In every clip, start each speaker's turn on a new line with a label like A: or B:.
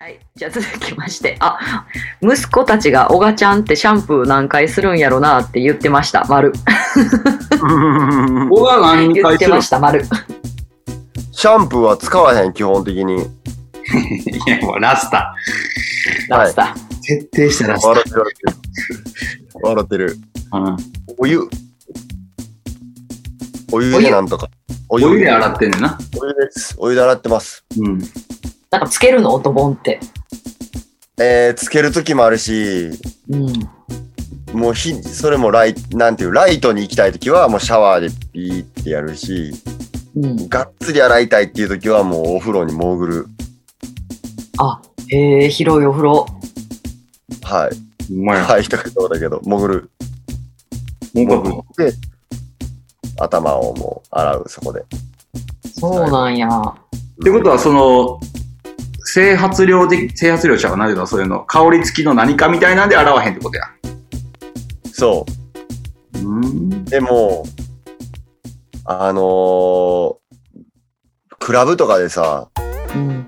A: はい、じゃあ続きまして、あ、息子たちが、おがちゃんってシャンプー何回するんやろなって言ってました、丸。
B: 僕は何
A: 言
B: 回
A: って
B: する
A: ました、丸。
C: シャンプーは使わへん、基本的に。
B: いや、もうラスタ。
A: ラスター。
B: 徹底したラス
C: 笑ってる、笑ってる。笑って
B: タ。う
C: る。
B: ん
C: お湯。お湯でなんとか。お
B: お湯で洗ってんねんな。
C: お湯です。お湯で洗ってます。
B: うん。
A: なんかつけるの、音ボンって。
C: えー、つける時もあるし、
A: うん。
C: もうひ、それもライ、なんていう、ライトに行きたい時は、もうシャワーでピーってやるし、
A: うん。
C: がっつり洗いたいっていう時は、もうお風呂に潜る。
A: あ、へえ、広いお風呂。
C: はい。
B: うまい。
C: はい、一言だけど、潜る。
B: もう
C: 潜って、頭をもう洗う、そこで。
A: そうなんや。
B: ってことは、その、整髪量的、整髪量ちゃうな、何だ、そういうの。香り付きの何かみたいなんで洗わへんってことや。
C: そう。
B: うーん。
C: でも、あのークラブとかでさ、
A: うん。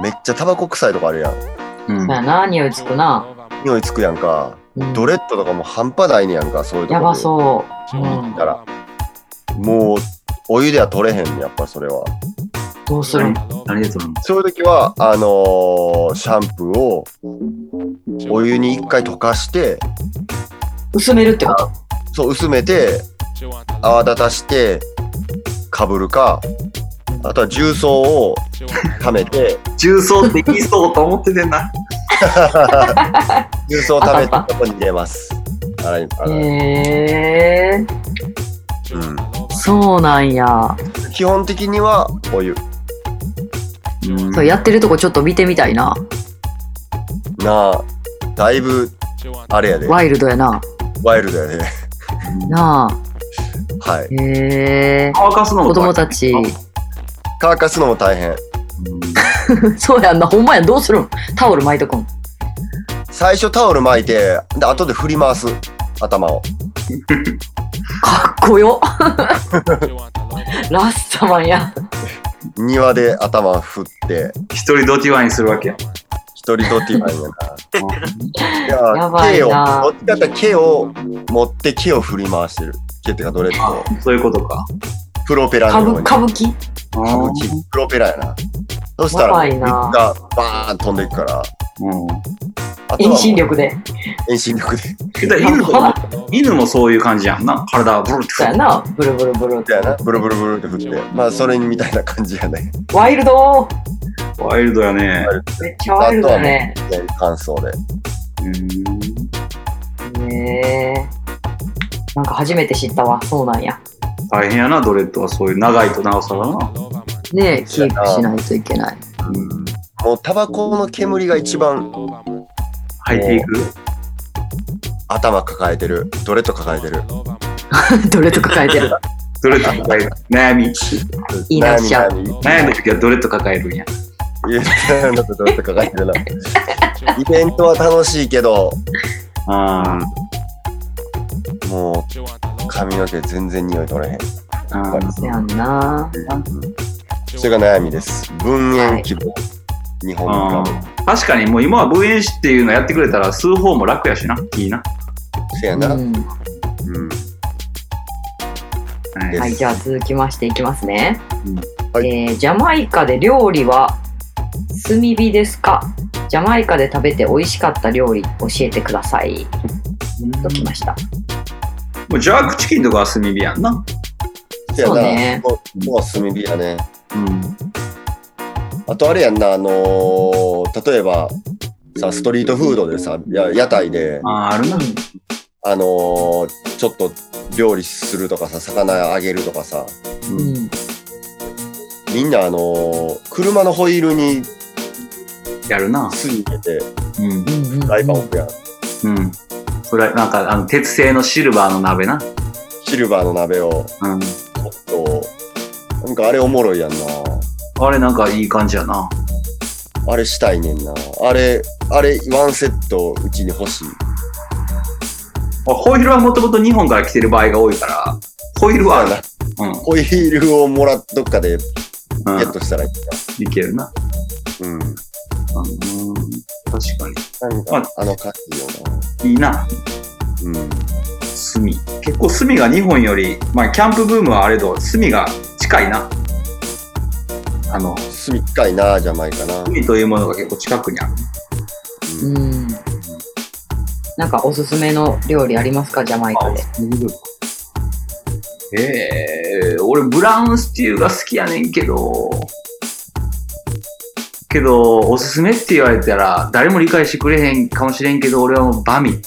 C: めっちゃタバコ臭いとかあるやん。
B: う
A: そ
B: ん
A: うやな、匂いつくな。
C: 匂いつくやんか。
A: うん
C: ドレッドとかも半端ないねやんか、そういうとこ
A: やばそうう。うん
D: ん。
C: だからもう、お湯では取れへん、やっぱそれは。
A: どうするん
B: 何でとる
C: そういう時は、あのーシャンプーをお湯に一回溶かして、
A: 薄めるってこと
C: そう、薄めて、泡
D: 泡
C: 立
D: 立
C: たして、かぶるか、あとは重曹を溜
D: た
C: め
D: めて、
C: て、
B: 重曹って言いそうと思っててんな。
C: 重曹を溜めて、ここに入れます。洗い、洗い。
A: へえ、
C: うん
A: そうなんや。
C: 基本的にはお湯
B: うん
A: そうやってるとこちょっと見てみたいな。
C: なあだいぶあれやで
A: ワイルドやな。
C: ワイルドやで
A: なあ。
C: はい
A: へえ。
B: 乾かすのも
A: 子供たち。
C: 乾かすのも大変
B: うん
A: そうやんな。ほんまやん。どうするんタオル巻いとくん。
C: 最初タオル巻いてで後で振り回す頭を
A: かっこよ。ラッサマンや。
C: 庭で頭振って
B: 一人ドティワインするわけや。
C: 一人どって言わん やないや
A: やばい
C: 毛を
A: な
C: どっちかっていうと毛を持って毛を振り回してる毛っていうかどれって
B: あそういうことか。
C: プロペラ
A: 歌
C: のよ
A: 舞
C: うに
A: 歌舞伎
C: 歌
B: あ
C: 舞伎プロペラやなそしたらも
A: やば
C: う
A: い
C: 水
A: な
C: がバーン飛んでいくから
B: うん。
C: あとは
A: 遠
C: もう
A: 心力で。
C: 遠心力で
B: だから犬とかも犬もそういう感じやんな。体をブルって
A: そうやな。ブルブルブルっ
C: みた
A: て
C: い。なブルブルブルって振ってまあそれみたいな感じやね
A: ワイルド
B: ワイルドやね。
A: めっちゃワイルドやね。
C: 感想で
B: うん
A: へえ。なんか初めて知ったわ。そうなんや。
B: 大変やな、ドレッドは。そういう長いとなおさらな。
A: ねえ、キープしないといけない。
B: うん
C: もうタバコの煙が一番
B: 入っていく
C: 頭抱えてるドレッド抱えてる
A: どれとか書いてる。
B: ドレッド抱える。悩み。
A: いいなしちゃう
C: う
B: 悩んだ時はドレッド抱えるんや。
C: 悩みだとドレッド抱え てるなイベントは楽しいけど
B: あ
C: もう髪の毛全然匂い取れへん
B: あ。ああ
A: そうやんな。
C: それが悩みです文
A: は
C: 煙
A: い
C: 希望日本
B: あ
C: か
B: ー確かにもう今は分煙師っていうのやってくれたら吸う方も楽やしな。いいな。
C: せやな、
A: う
C: うん
A: ん
B: はい
A: はい、じゃあ続きましていきますね。
C: うんは
A: え
C: い
A: ージャマイカで料理は炭火ですかジャマイカで食べて美味しかった料理教えてください。ときました。
B: もうジャークチキンとかは炭火やんな。
C: せや
A: そう
C: な
A: ね
C: もうもう炭火やね
B: うん。
C: あとあれやんな、あのー例えばさ、ストリートフードでさ、や屋台で、
B: あーあるな。
C: あのーちょっと料理するとかさ、魚あげるとかさ、
A: う
B: うん
A: ん。
C: みんなあのー車のホイールに
B: やるな。
C: 炭入れて、
B: うん
A: う。んうん
C: フライパン置くやん。
B: うん。それなんかあの鉄製のシルバーの鍋な。
C: シルバーの鍋を、
B: うん。
C: と、なんかあれおもろいやんな。
B: あれなんかいい感じやな。
C: あれしたいねんな。あれ、あれ、ワンセットうちに欲しい。
B: あホイールはもともと日本から来てる場合が多いから、ホイールはある
C: な。
B: うん。
C: ホイールをもらっどっかで
B: う
C: ゲ
B: ん
C: ットしたらいい
B: いけるな。
C: な。うん。
B: あうん確か
C: なん
B: まあ
C: か、あの感じよ
B: に。いいな。
C: な。うん。
B: 炭。結構炭が日本より、まあキャンプブームはあれど、炭が近いな。あの、
C: 隅っかいな、ジャマイカな。
B: 炭というものが結構近くにある。
A: うん。なんかおすすめの料理ありますかジャマイカで。
B: えー、俺ブラウンステューが好きやねんけど、けど、おすすめって言われたら、誰も理解してくれへんかもしれんけど、俺はもうバミ。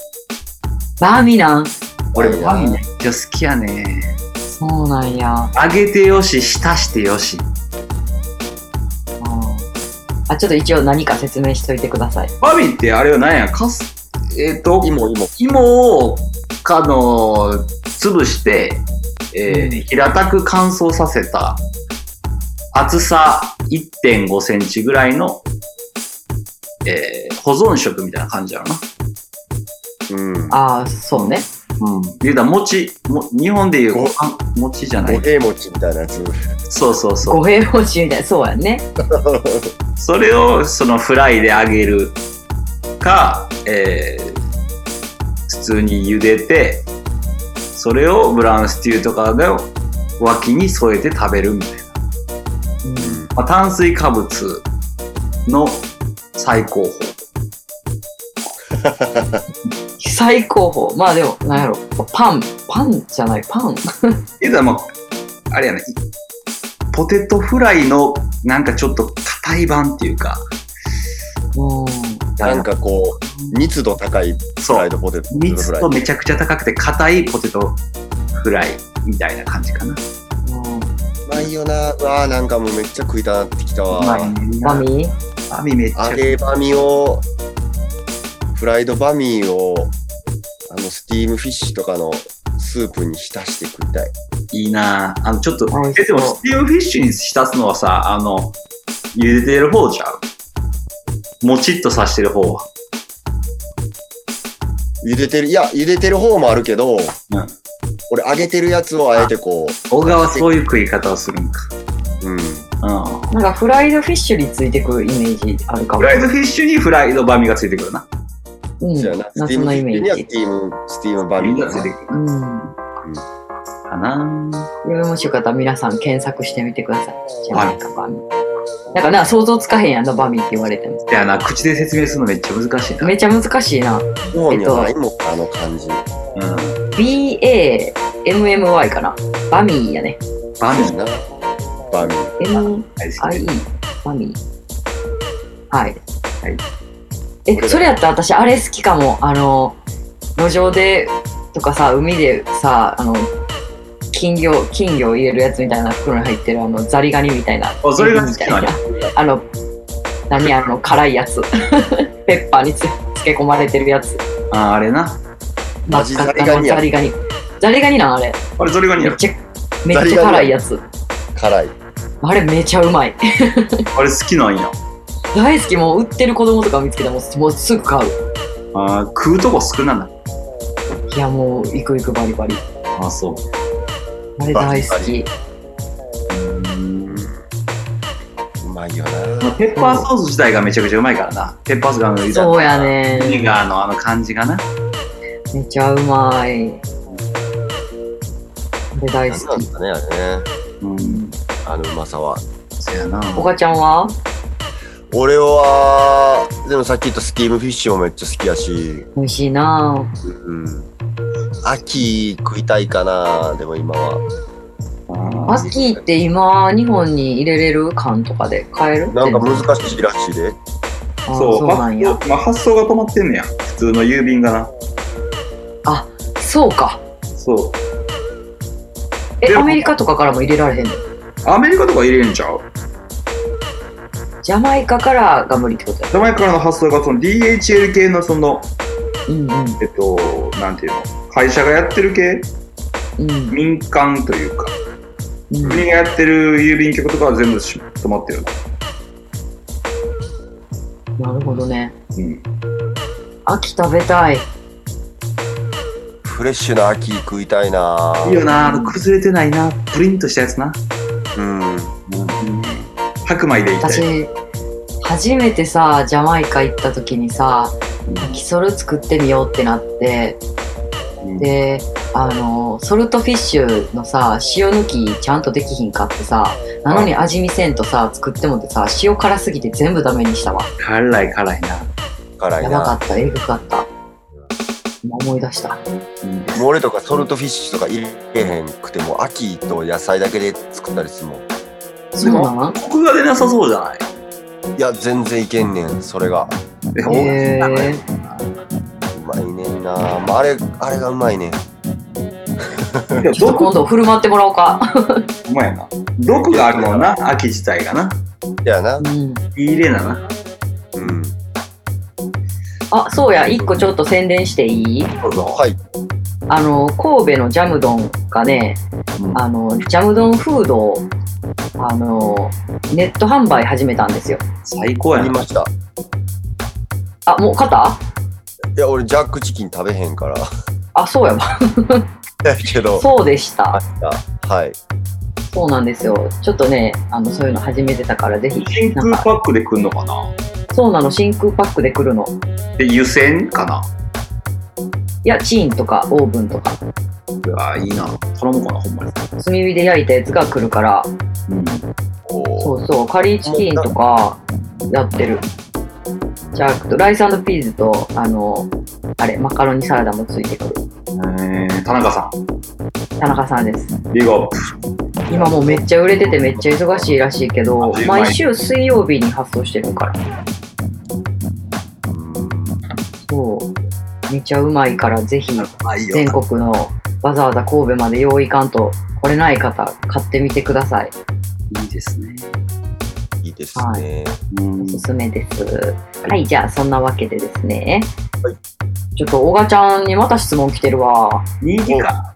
A: バーミナン
B: 俺
C: はい
B: バミめっちゃ好きやね
A: そうなんや。
B: 揚げてよし、浸してよし。
A: あ、ちょっと一応何か説明しといてください。
B: バミってあれは何や、かす、えっ、と、
C: 芋、芋。
B: 芋を、かの、潰して、えー
A: うん
B: 平たく乾燥させた、厚さ1.5センチぐらいの、えー保存食みたいな感じやろな。
C: うん。
A: ああ、そうね。
B: うん。言うたら餅、も日本でいう
C: ご
B: あ餅じゃな
C: 五
B: い。
C: 平餅みたいなやつ。
B: そうそうそう。
A: 語弊報酬みたいな。そうやね。
B: それをそのフライで揚げるか、えー普通に茹でて、それをブラウンステューとかで脇に添えて食べるみたいな。まあ、炭水化物の最高峰。
A: 最高峰。まあでも、なんやろ。パン。パンじゃない。パン。
B: えだまあ、あれやな、いポテトフライのなんかちょっと硬い版っていうか、
A: う
C: なんかこう、密度高いフ
B: そ
C: ライ
B: う、
C: ドポテトフ
B: 密
C: ライ
B: 度。めちゃくちゃ高くて硬いポテトフライみたいな感じかな。
A: ん。うん
C: うまいよな。うわあ、なんかもうめっちゃ食いたなってきたわ。
A: バミ
B: バミめっちゃ
C: 揚げバミを、フライドバミを、あの、スティームフィッシュとかのスープに浸して食いたい。
B: いいなあの、ちょっと、
A: 美味しそう
B: えでもスティームフィッシュに浸すのはさ、あの、茹でてる方ちゃうもちっとさしてる方は。
C: 茹でてる、いや、茹でてる方もあるけど、俺揚げてるやつをあえてこ
B: 小川はそういう食い方をするんか。
C: う、うん。
B: うん。
A: なんかフライドフィッシュについてくるイメージあるか
B: フ
A: も
B: ラ。イドフィッシュにフライドバミがついてくるな。
A: うん。
C: そうやな。
A: な
C: ステ
A: そ
C: ィーム
A: の
C: フ
A: イ
C: ィッシ
A: メ
C: ュにはス
A: ー
C: テ
A: ジ。
C: ィーム、スティームバミ
B: みん
C: だ
B: な
C: な
B: ついてくる
A: うん。
B: かな。
A: これもしよかったら皆さん検索してみてください。ジャマイカバミ。なんかな、想像つかへんやんな、バミって言われても。
B: いやな、口で説明するのめっちゃ難しいな。
A: めちゃ難しいな。
C: 日本にはないもん、あの感じ。
B: うん。
A: BAMMY かな。バミーやね。
B: バミ
C: な。バミ。
A: MIE。
B: 大好き。
A: バミー。はい。
B: はい。
A: え、それやったら私、あれ好きかも。あの、路上でとかさ、海でさ、あの、金魚、金魚を入れるやつみたいな袋に入ってる、あの、ザリガニみたいな。
B: あ、それが好きな
A: み
B: の
A: たいあの、何あの、辛いやつ。 ペッパーにつ漬け込まれてるやつ。
B: あ、あれな。
A: 真っ
C: 味
A: 赤
C: ザ
A: っ
C: リ
A: か
C: ガ
A: の
C: ニや
A: ザリガニ。ザリガニなんあれ。
B: あれ、それが
A: め
B: 似合
A: っ
B: う。
A: ちゃ、めっちゃ辛いやつ。
C: 辛い。
A: あれめちゃうまい。
B: あれ好きなんや。
A: 大好き、もう売ってる子供とか見つけたらもうもうすぐ買う。
B: あー食うとこ少なんだ。
A: いやもう、行く行くバリバリ。
B: あ、そう。
A: あれ大好
C: バ
A: き。
C: うん。うまいよ
B: まあ
C: な。
B: ペッパーソース自体がめちゃくちゃうまいからな。ペッパーソースがあの、いざ
A: そうやね
B: ビネガーのあの感じがな。
A: めちゃうまい。あれ大
C: 何な
A: 好
C: ん
A: き。
C: すかね、あれね。
B: うん。
C: あのうまさは。
B: そうやな。
A: おかちゃんは
C: 俺は、でもさっき言ったスティームフィッシュもめっちゃ好きやし、
A: 美味しいな
C: うん。秋食いたいかな、でも今は。
A: ぁ。
B: あ
A: アッキーって今、日本に入れれる缶とかで買える
C: なんか
A: 全然
C: 難しいらしいで。
A: あ
B: ー
A: そう
B: ま
A: なんや。
B: まあ、発想が止まってんねや。普通の郵便がな。
A: そうか。
B: そう。
A: え、
B: でも
A: アメリカとかからも入れられへんの
B: アメリカとか入れるんちゃう
A: ジャマイカからが無理ってことや。
B: 名前からの発想がその DHL 系のその、
A: うんうん。
B: えっと、なんていうの、会社がやってる系
A: うん。
B: 民間というか、
A: うん
B: 国がやってる郵便局とかは全部し止まってる。
A: なるほどね。
B: うん。
A: 秋食べたい。
C: フレッシュな秋食いたいない
B: いよな、あの崩れてないな、プリンとしたやつな。
C: うん。
B: 白米でいきたい。
A: 私、白初めてさジャマイカ行った時にさキソル作ってみようってなって
C: うん
A: であのソルトフィッシュのさ塩抜きちゃんとできひんかってさなのに味見せんとさ作ってもってさ塩辛すぎて全部ダメにしたわ
B: 辛い辛いな。
C: 辛い
A: やばか
C: な。
A: ったえぐかった今思い出した
B: うん
C: もう俺とかソルトフィッシュとか入れへんくても、秋と野菜だけで作ったりするもん。
A: そうなん
B: コクが出なさそうじゃない
C: いや、全然いけんねん、それが。
B: でも
A: へ
B: なんか
A: え
C: うまいねんな。まあ、あれ、あれがうまいねん。
B: でも
A: ちょっと今
B: 毒
A: 度振る舞ってもらおうか
B: お前やな毒があるもんな秋自体がな
C: やな
A: う。ん
B: いい入れなな
C: うん。
A: あそうや一個ちょっと宣伝していい
B: そうぞ
C: はい。
A: あの神戸のジャムドンがね
B: うん
A: あのジャムドンフードをあのネット販売始めたんですよ
B: 最高や
C: あり
B: な
C: ました。
A: あもう肩
C: いや、俺、ジャックチキン食べへんから。
A: あそうやわ
C: やけど、
A: そうでした
C: あった。はい。
A: そうなんですよちょっとねあのそういうの始めてたからぜひ
B: 真
A: なん
B: 空
A: か
B: パックで来んのかな
A: そうなの真空パックで来るの
B: で湯煎かない
A: やチーンとかオーブンとか
B: うわいいな頼むかなほんまに
A: 炭火で焼いたやつが来るから
B: うん
C: お
A: そ
C: ー
A: うそうカリーチキンとかやってるじゃあライスピーズとあのあれマカロニサラダもついてくる
B: えー田中さ
A: 田中さんです
B: んビッグアップ
A: 今もうめっちゃ売れててめっちゃ忙しいらしいけど
B: うん
A: 毎週水曜日に発送してるからそうめちゃうまいからぜひ
C: まいよ
A: 全国のわざわざ神戸まで用意かんと来れない方買ってみてください
B: いいですね
C: いいですね。
B: うん
A: おすすめです
B: い
A: はいじゃあそんなわけでですね
C: は
A: ちょっと小賀ちゃんにまた質問来てるわ
B: 人気か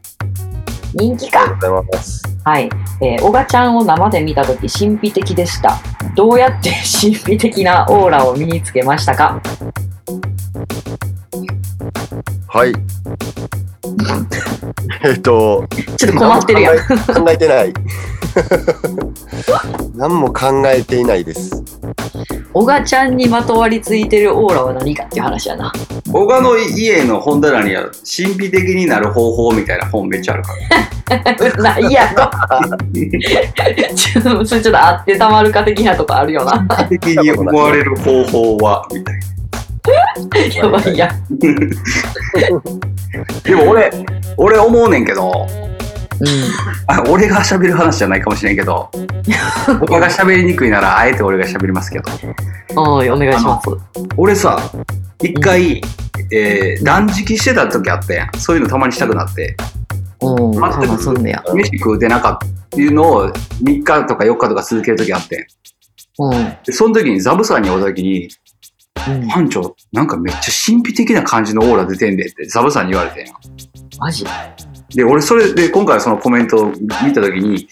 A: 人気か
C: ありがとうございます。
A: はい、えー、小賀ちゃんを生で見た時神秘的でしたどうやって神秘的なオーラを身につけましたか
C: はい。 えっと、
A: ちょっと困ってるやん
C: 考え考えてない。 何も考えていないです。
A: 小賀ちゃんにまとわりついてるオーラは何かっていう話 やな
B: 小賀の家の本棚にある神秘的になる方法みたいな本めっちゃあるから
A: ないやろ ちょっとそれちょっとあってたまるか的なとこあるよな
B: 神秘的に思われる方法はみたいな
A: やばいや
B: でも俺俺思うねんけど
A: う
B: あ俺が喋る話じゃないかもしれんけど他が喋りにくいならあえて俺が喋りますけど
A: んはいお願いします
B: 俺さ一回、えー断食してた時あったやんそういうのたまにしたくなって
A: おお
B: 待ってます
A: そんねや
B: 飯食うてなかったっていうのを3日とか4日とか続ける時あってん
A: うんうん
B: でその時にザブさんに会うた時に「班長なんかめっちゃ神秘的な感じのオーラ出てんで」ってザブさんに言われてんや
A: マジ
B: で俺それで今回そのコメントを見た時に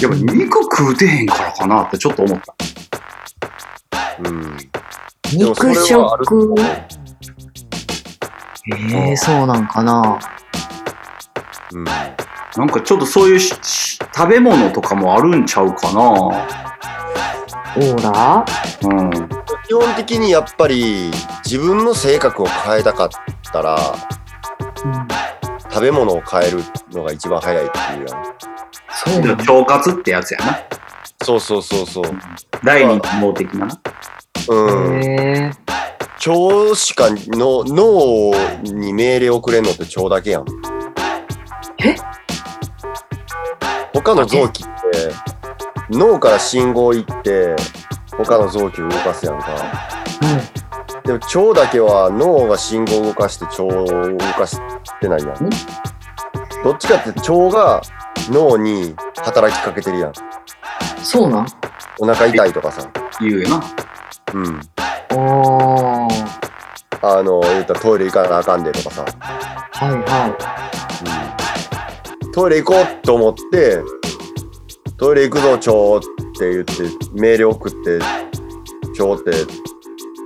B: やっぱ肉食うてへんからかなってちょっと思った
C: うん。でもそれ
A: 肉
C: はあると思
A: 食
C: う
A: えー、そうなんかな
C: うん。
B: なんかちょっとそういうしし食べ物とかもあるんちゃうかな
A: オーラ
B: うん。
C: 基本的にやっぱり自分の性格を変えたかったら食べ物を変えるのが一番早いっていうやん。
A: そうなん
B: 腸活ってやつやな。
C: そうそうそうそう。
B: 第二の脳的なな。
C: うん。
A: へえ
C: 腸しかの脳に命令をくれんのって腸だけやん。
A: え
C: 他の臓器って脳から信号いって他の臓器を動かすやんか。でも腸だけは脳が信号を動かして腸を動かしてないやん
A: ん。
C: どっちかって腸が脳に働きかけてるやん。
A: うんそうなん
C: お腹痛いとかさ。
B: 言うよな。
C: うん。
A: おー
C: あの、言ったらトイレ行かなあかんでとかさ。
A: はいは
C: トイレ行こうと思って、トイレ行くぞ、腸って言って、命令送って、腸って、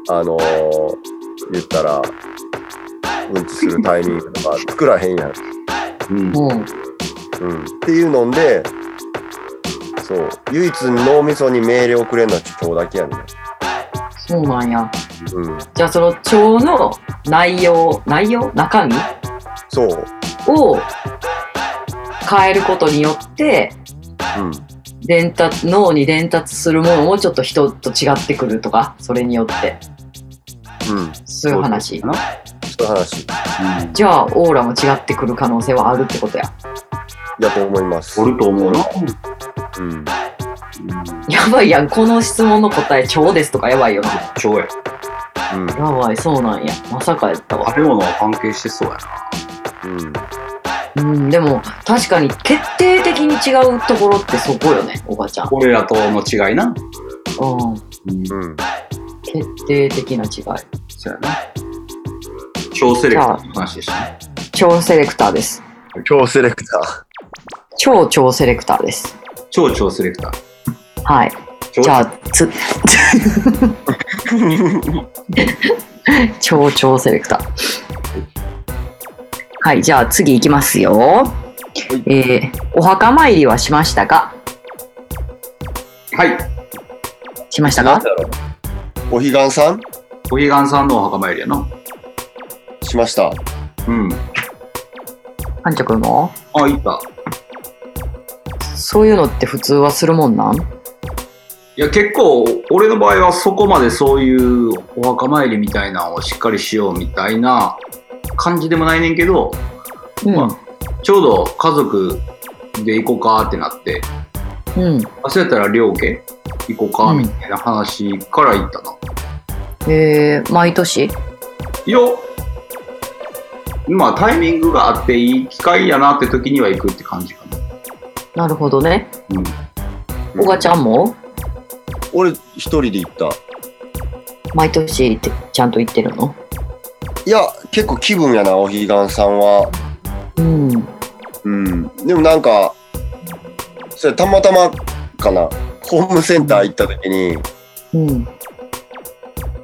C: あのー言ったら、うんちするタイミングとか作らへんやん。
B: うん
A: い。うん
C: うん。っていうので、そう、唯一脳みそに命令をくれるのは腸だけやねん。
A: そうなんや。
C: うん、
A: じゃあその腸の内容、内容中身
C: そう、
A: を変えることによって、
C: うん、
A: 伝達、脳に伝達するものもちょっと人と違ってくるとか、それによって。
C: うん、
A: そういう話
B: そ。うで
C: そういう話
B: すなうん
A: じゃあ、オーラも違ってくる可能性はあるってことや。
C: だと思います。
B: おると思うな。
C: うん、
A: やばいやん。この質問の答え、腸ですとかやばいよな。
B: ちょい。
C: うん、
A: やばい、そうなんや。まさかやったわ。
B: 食べ物は関係してそうやな。
C: うん、
A: うん、でも、確かに決定的に違うところってそこよね、おばちゃん。
B: 俺らとの違いな。
A: うん。
B: うん。
C: うん、
A: 決定的な違い。
B: そうやな。超セレクターの話でしたね。
A: 超セレクターです。
C: 超セレクタ
A: 超超セレクターです。
B: 超超セレクター。
A: はい。
B: 超
A: じゃあ、 つ、超超セレクター。はい、じゃあ次いきますよ。えー、お墓参りはしましたか
B: はい。
A: しました
C: ー。なん
A: か
C: だろう。お彼岸さん
B: お彼岸さんのお墓参りやな。
C: しました。
B: うん。
A: パンチョくんも
B: あ、行った。
A: そういうのって普通はするもんなん
B: いや、結構、俺の場合はそこまでそういうお墓参りみたいなのをしっかりしようみたいな感じでもないねんけど、
A: うん
B: まあ、ちょうど家族で行こうかってなって、
A: うん。
B: あそうやったら両家行こうかみたいな話から行ったな。
A: えー、毎年
B: いや、まあタイミングがあっていい機会やなって時には行くって感じかな。
A: なるほどね。
B: うん。
A: おがちゃんも
C: 俺一人で行った。
A: 毎年ってちゃんと言ってるの
C: いや、結構気分やな、お彼岸さんは。
A: うん。
C: うん。でもなんか、それたまたまかな。ホームセンター行った時に、
A: うん。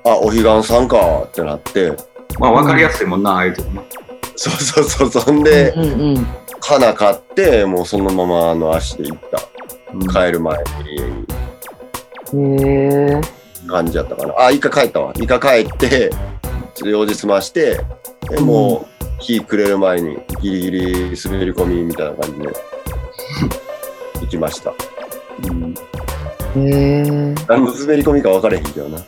C: あ、お彼岸さんかってなって。
B: まあ分かりやすいもんな、ああいうとこな。
C: そうそうそう。そんで、
A: うんうん。
C: 花買って、もうそのままあの足で行った。
B: うん
C: 帰る前に家に
A: へえ。
C: 感じやったかな。あ、一回帰ったわ。一回帰って、ちょっと用事済まして、でもう、日暮れる前にギリギリ滑り込みみたいな感じで、行きました。
B: うん
A: へえ。
C: 何の滑り込みか分からへんけ どな。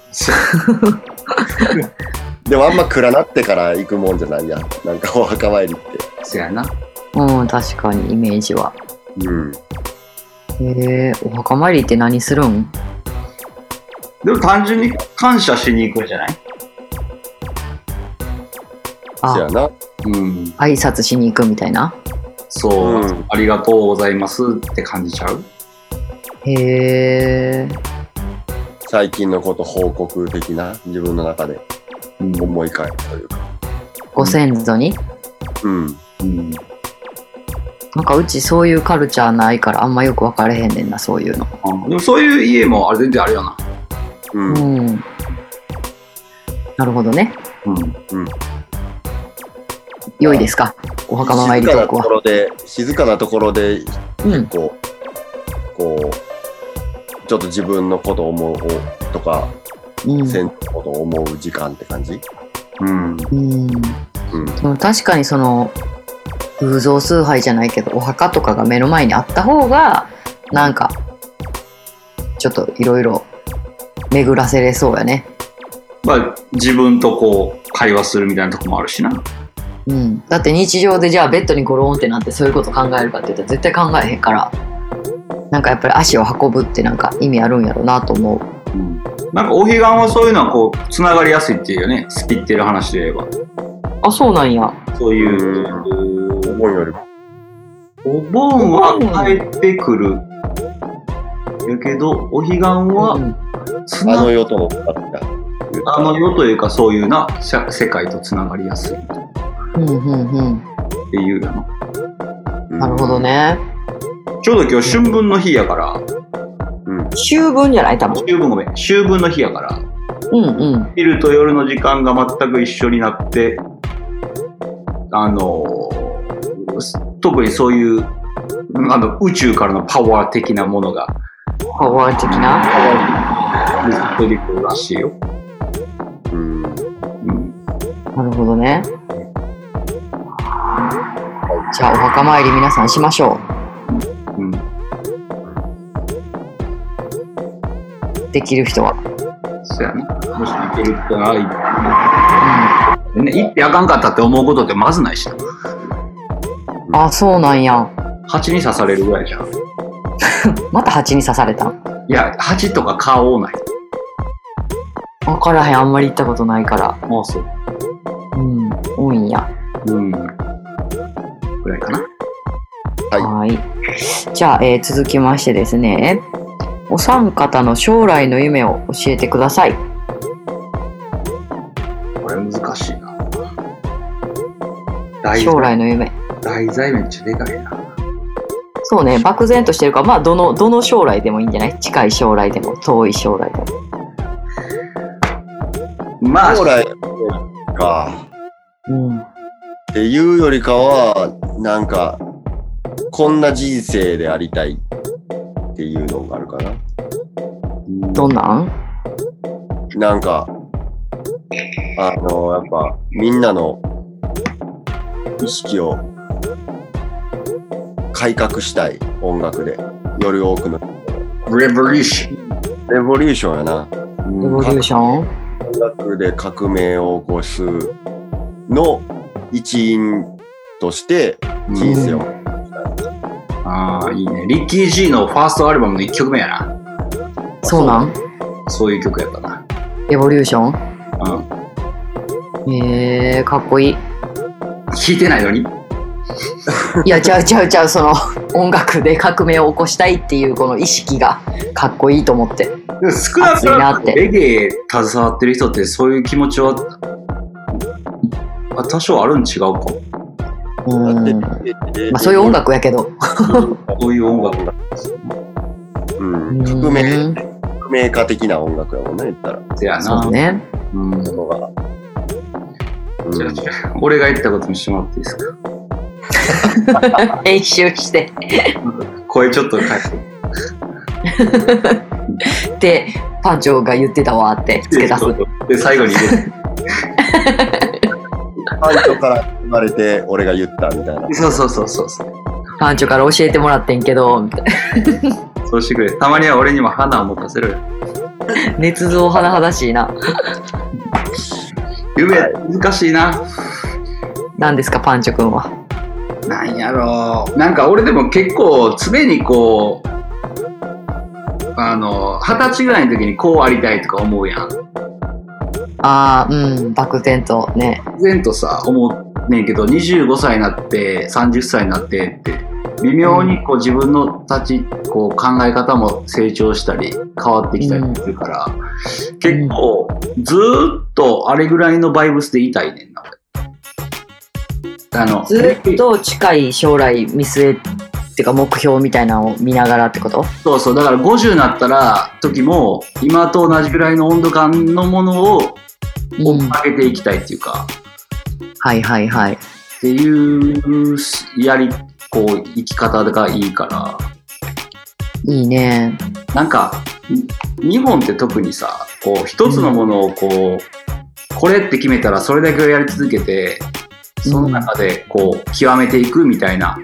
C: でもあんま暗なってから行くもんじゃないやん。なんかお墓参りって。
B: そやな。
A: うん、確かにイメージは。
C: うん。
A: へえ、お墓参りって何するん
B: でも単純に感謝しに行くんじゃない
C: そや
A: あ、
C: な。
B: うん。
A: 挨拶しに行くみたいな。
B: そう、
C: うん
B: ありがとうございますって感じちゃう
A: へえ。
C: 最近のこと報告的な自分の中で
B: うん
C: 思い返るというか。
A: ご先祖に
C: うん。
B: うん
A: なんかうちそういうカルチャーないからあんまよく分かれへんねんな、そういうの。
B: あでもそういう家もあれ全然あれやな。
C: う。
A: うんん。なるほどね。
B: うん。
A: 良いですかお墓参り
C: 静
A: ト
C: か
A: ーク
C: なとこ
A: は。
C: ろで、静かなところで、
A: うん。
C: こう、こう、ちょっと自分のことを思うとか、
A: うん。
C: 先のことを思う時間って感じ
B: う
A: うん。
B: ん。
C: うん。
A: でも確かにその偶像崇拝じゃないけどお墓とかが目の前にあった方がなんかちょっといろいろ巡らせれそうやね、
B: まあ自分とこう会話するみたいなとこもあるしな。
A: うん、だって日常でじゃあベッドにゴローンってなってそういうこと考えるかって言ったら絶対考えへんからなんかやっぱり足を運ぶってなんか意味あるんやろうなと思う
B: うんなんかお彼岸はそういうのはこうつながりやすいっていうよね好きってる話で言えば
A: あそうなんや
B: そういうう
C: 思うよりも。
B: お盆は帰ってくるやけどお彼岸はつ
C: あ
B: な
C: の世とのことだった。
B: あの世というかそういうなしゃ世界とつながりやすいっ
A: うんうんうん
B: ていうやな
C: うん
A: なるほど。ね
B: ちょうど今日春分の日やから
C: うん。
A: 秋分じゃない多分
B: 秋分ごめん秋分の日やから
A: うんうん
B: 昼と夜の時間が全く一緒になってあのす特にそういうあの宇宙からのパワー的なものが
A: パワー的な
B: 出てくるらしいよ。
A: なるほどね。じゃあお墓参り皆さんしましょ
B: うん。
A: う。できる人は。うん
B: そうやな。もし行けるったら行って、ね、行ってあかんかったって思うことってまずないしな。
A: あ、そうなんや。
B: 蜂に刺されるぐらいじゃん。
A: また蜂に刺された。
B: いや、蜂とか顔ない。
A: わからへん、あんまり行ったことないから。
B: もうそう。
A: うん、多いんや。
B: うん。ぐらいかな。
C: はい
A: はい。じゃあ、えー続きましてですね。お三方の将来の夢を教えてください。
B: これ難しいな。題
A: 将来の夢。
B: 題材めっちゃでかいな。
A: そうね、漠然としてるから、まあ、どの、どの将来でもいいんじゃない近い将来でも、遠い将来でも。
B: まあ、
C: 将来か
A: うん。
C: っていうよりかはなんかこんな人生でありたいっていうのがあるかな
B: うん
A: どんなん
C: なんかあのやっぱみんなの意識を改革したい音楽でより多くの
B: レボリューション。
C: レボリューションやな
A: エボリューション
C: 音楽で革命を起こすの一員として人生を
B: ああ、いいね。リッキー・ジーのファーストアルバムの1曲目やな。
A: そうなん
B: そういう曲やったな。
A: エボリューション
B: うん。
A: えー、かっこいい。
B: 弾いてないのに。
A: いや、ちゃうちゃうちゃう、その、 音楽で革命を起こしたいっていう、この意識が、かっこいいと思って。
B: でも少なく
A: 熱
B: と
A: いなっ
B: も
A: て
B: レゲエ携わってる人ってそういう気持ちはあ多少あるん違うか
A: う
C: やって
A: ん。
C: て
A: まあ、そういう音楽やけど。
B: そういう音楽
C: うん、革命、革命家的な音楽やもんね、言ったら。
B: ってや
A: そ
B: な
A: うね。
B: うん
C: ものが。
B: じゃあじゃあ俺が言ったことにしてもらっていいですか
A: 編集して。
B: 声ちょっと変えて
A: で、パンチョが言ってたわって、付け出す。
B: で最後に入れる
C: パンチョから生まれて、俺が言ったみたいな。
B: そうそうそうそうそう
A: パンチョから教えてもらってんけど、みたい
B: そうしてくれたまには俺にも花を持たせる
A: な捏造甚だしいな。
B: 夢難しいな
A: 何ですか、パンチョくんは。
B: なんやろうなんか俺でも結構常にこうあの二十歳ぐらいの時にこうありたいとか思うやん
A: ああ、うん、漠然とね。
B: 漠然とさ思うねんけど25歳になって30歳になってって微妙にこう自分のたちこう考え方も成長したり変わってきたりするから、結構ずーっとあれぐらいのバイブスでいたいねんな俺あの
A: ずっと近い将来見据え、ってか目標みたいなのを見ながらってこと
B: そうそうだから50になったら時も今と同じぐらいの温度感のものを
A: うん。
B: 上げていきたいっていうか、
A: はいはいはい。
B: っていうやりこう生き方がいいから
A: いいね。
B: なんか、に日本って特にさ、こう、一つのものをこう、これって決めたらそれだけをやり続けて、その中でこう、極めていくみたいな、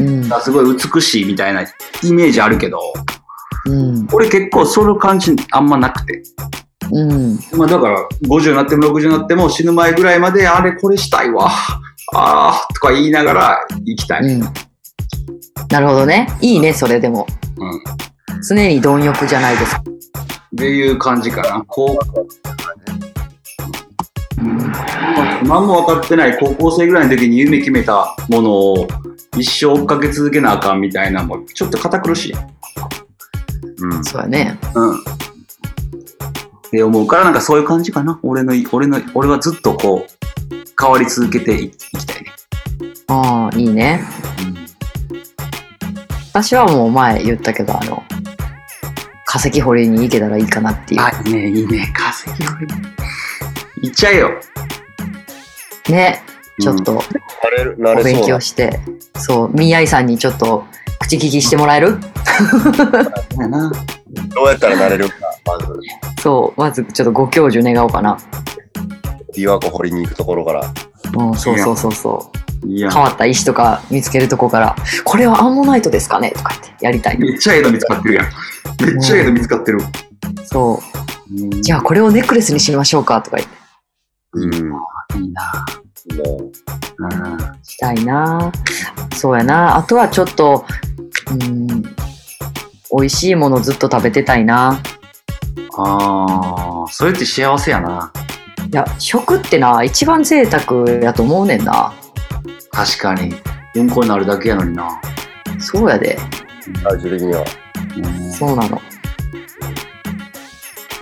A: うん。
B: すごい美しいみたいなイメージあるけど、
A: うん。
B: 俺結構その感じあんまなくて。
A: うん。
B: まあだから、50になっても60になっても死ぬ前ぐらいまで、あれこれしたいわ、あーとか言いながら生きたい。
A: うん。なるほどね。いいね、それでも。
B: うん
A: 常に貪欲じゃないですか。
B: っていう感じかな。こう、うん、何も分かってない高校生ぐらいの時に夢決めたものを一生追っかけ続けなあかんみたいなのもちょっと堅苦しい。
C: うん。
A: そうやね。
B: うん。って思うからなんかそういう感じかな。俺の、俺の、俺はずっとこう、変わり続けていいきたいね。
A: ああ、いいね。私はもう前言ったけど、あの、化石掘りに行けたらいいかなってい
B: あ、いいね、いいね。化石を。いっちゃえよ。
A: う。ね。ちょっと
C: なれる、な
A: お
C: れ
A: 勉
C: そうな
A: 強。して、そう、みやいさんにちょっと口利きしてもらえる
B: やな。
C: どうやったらなれるか、まず。
A: そう、まずちょっとご教授願おうかな。
C: 琵琶湖掘りに行くところから。
A: うん、そうそうそうそ
B: いや
A: う。変わった石とか見つけるとこから、これはアンモナイトですかねとか言ってやりたい。
B: めっちゃええの見つかってるやん。めっちゃええの見つかってる。
A: そう。じゃあこれをネックレスにしましょうかとか言って。
C: うん。も
B: あ、いいな。
C: う
B: うん
A: したいなそうやなあとはちょっと、うん、美味しいものずっと食べてたいな
B: ああ、それって幸せやな。
A: いや、食ってな、一番贅沢やと思うねんな。
B: 確かに。健康になるだけやのにな。
A: そうやで。
C: 最終的には。
A: そうなの。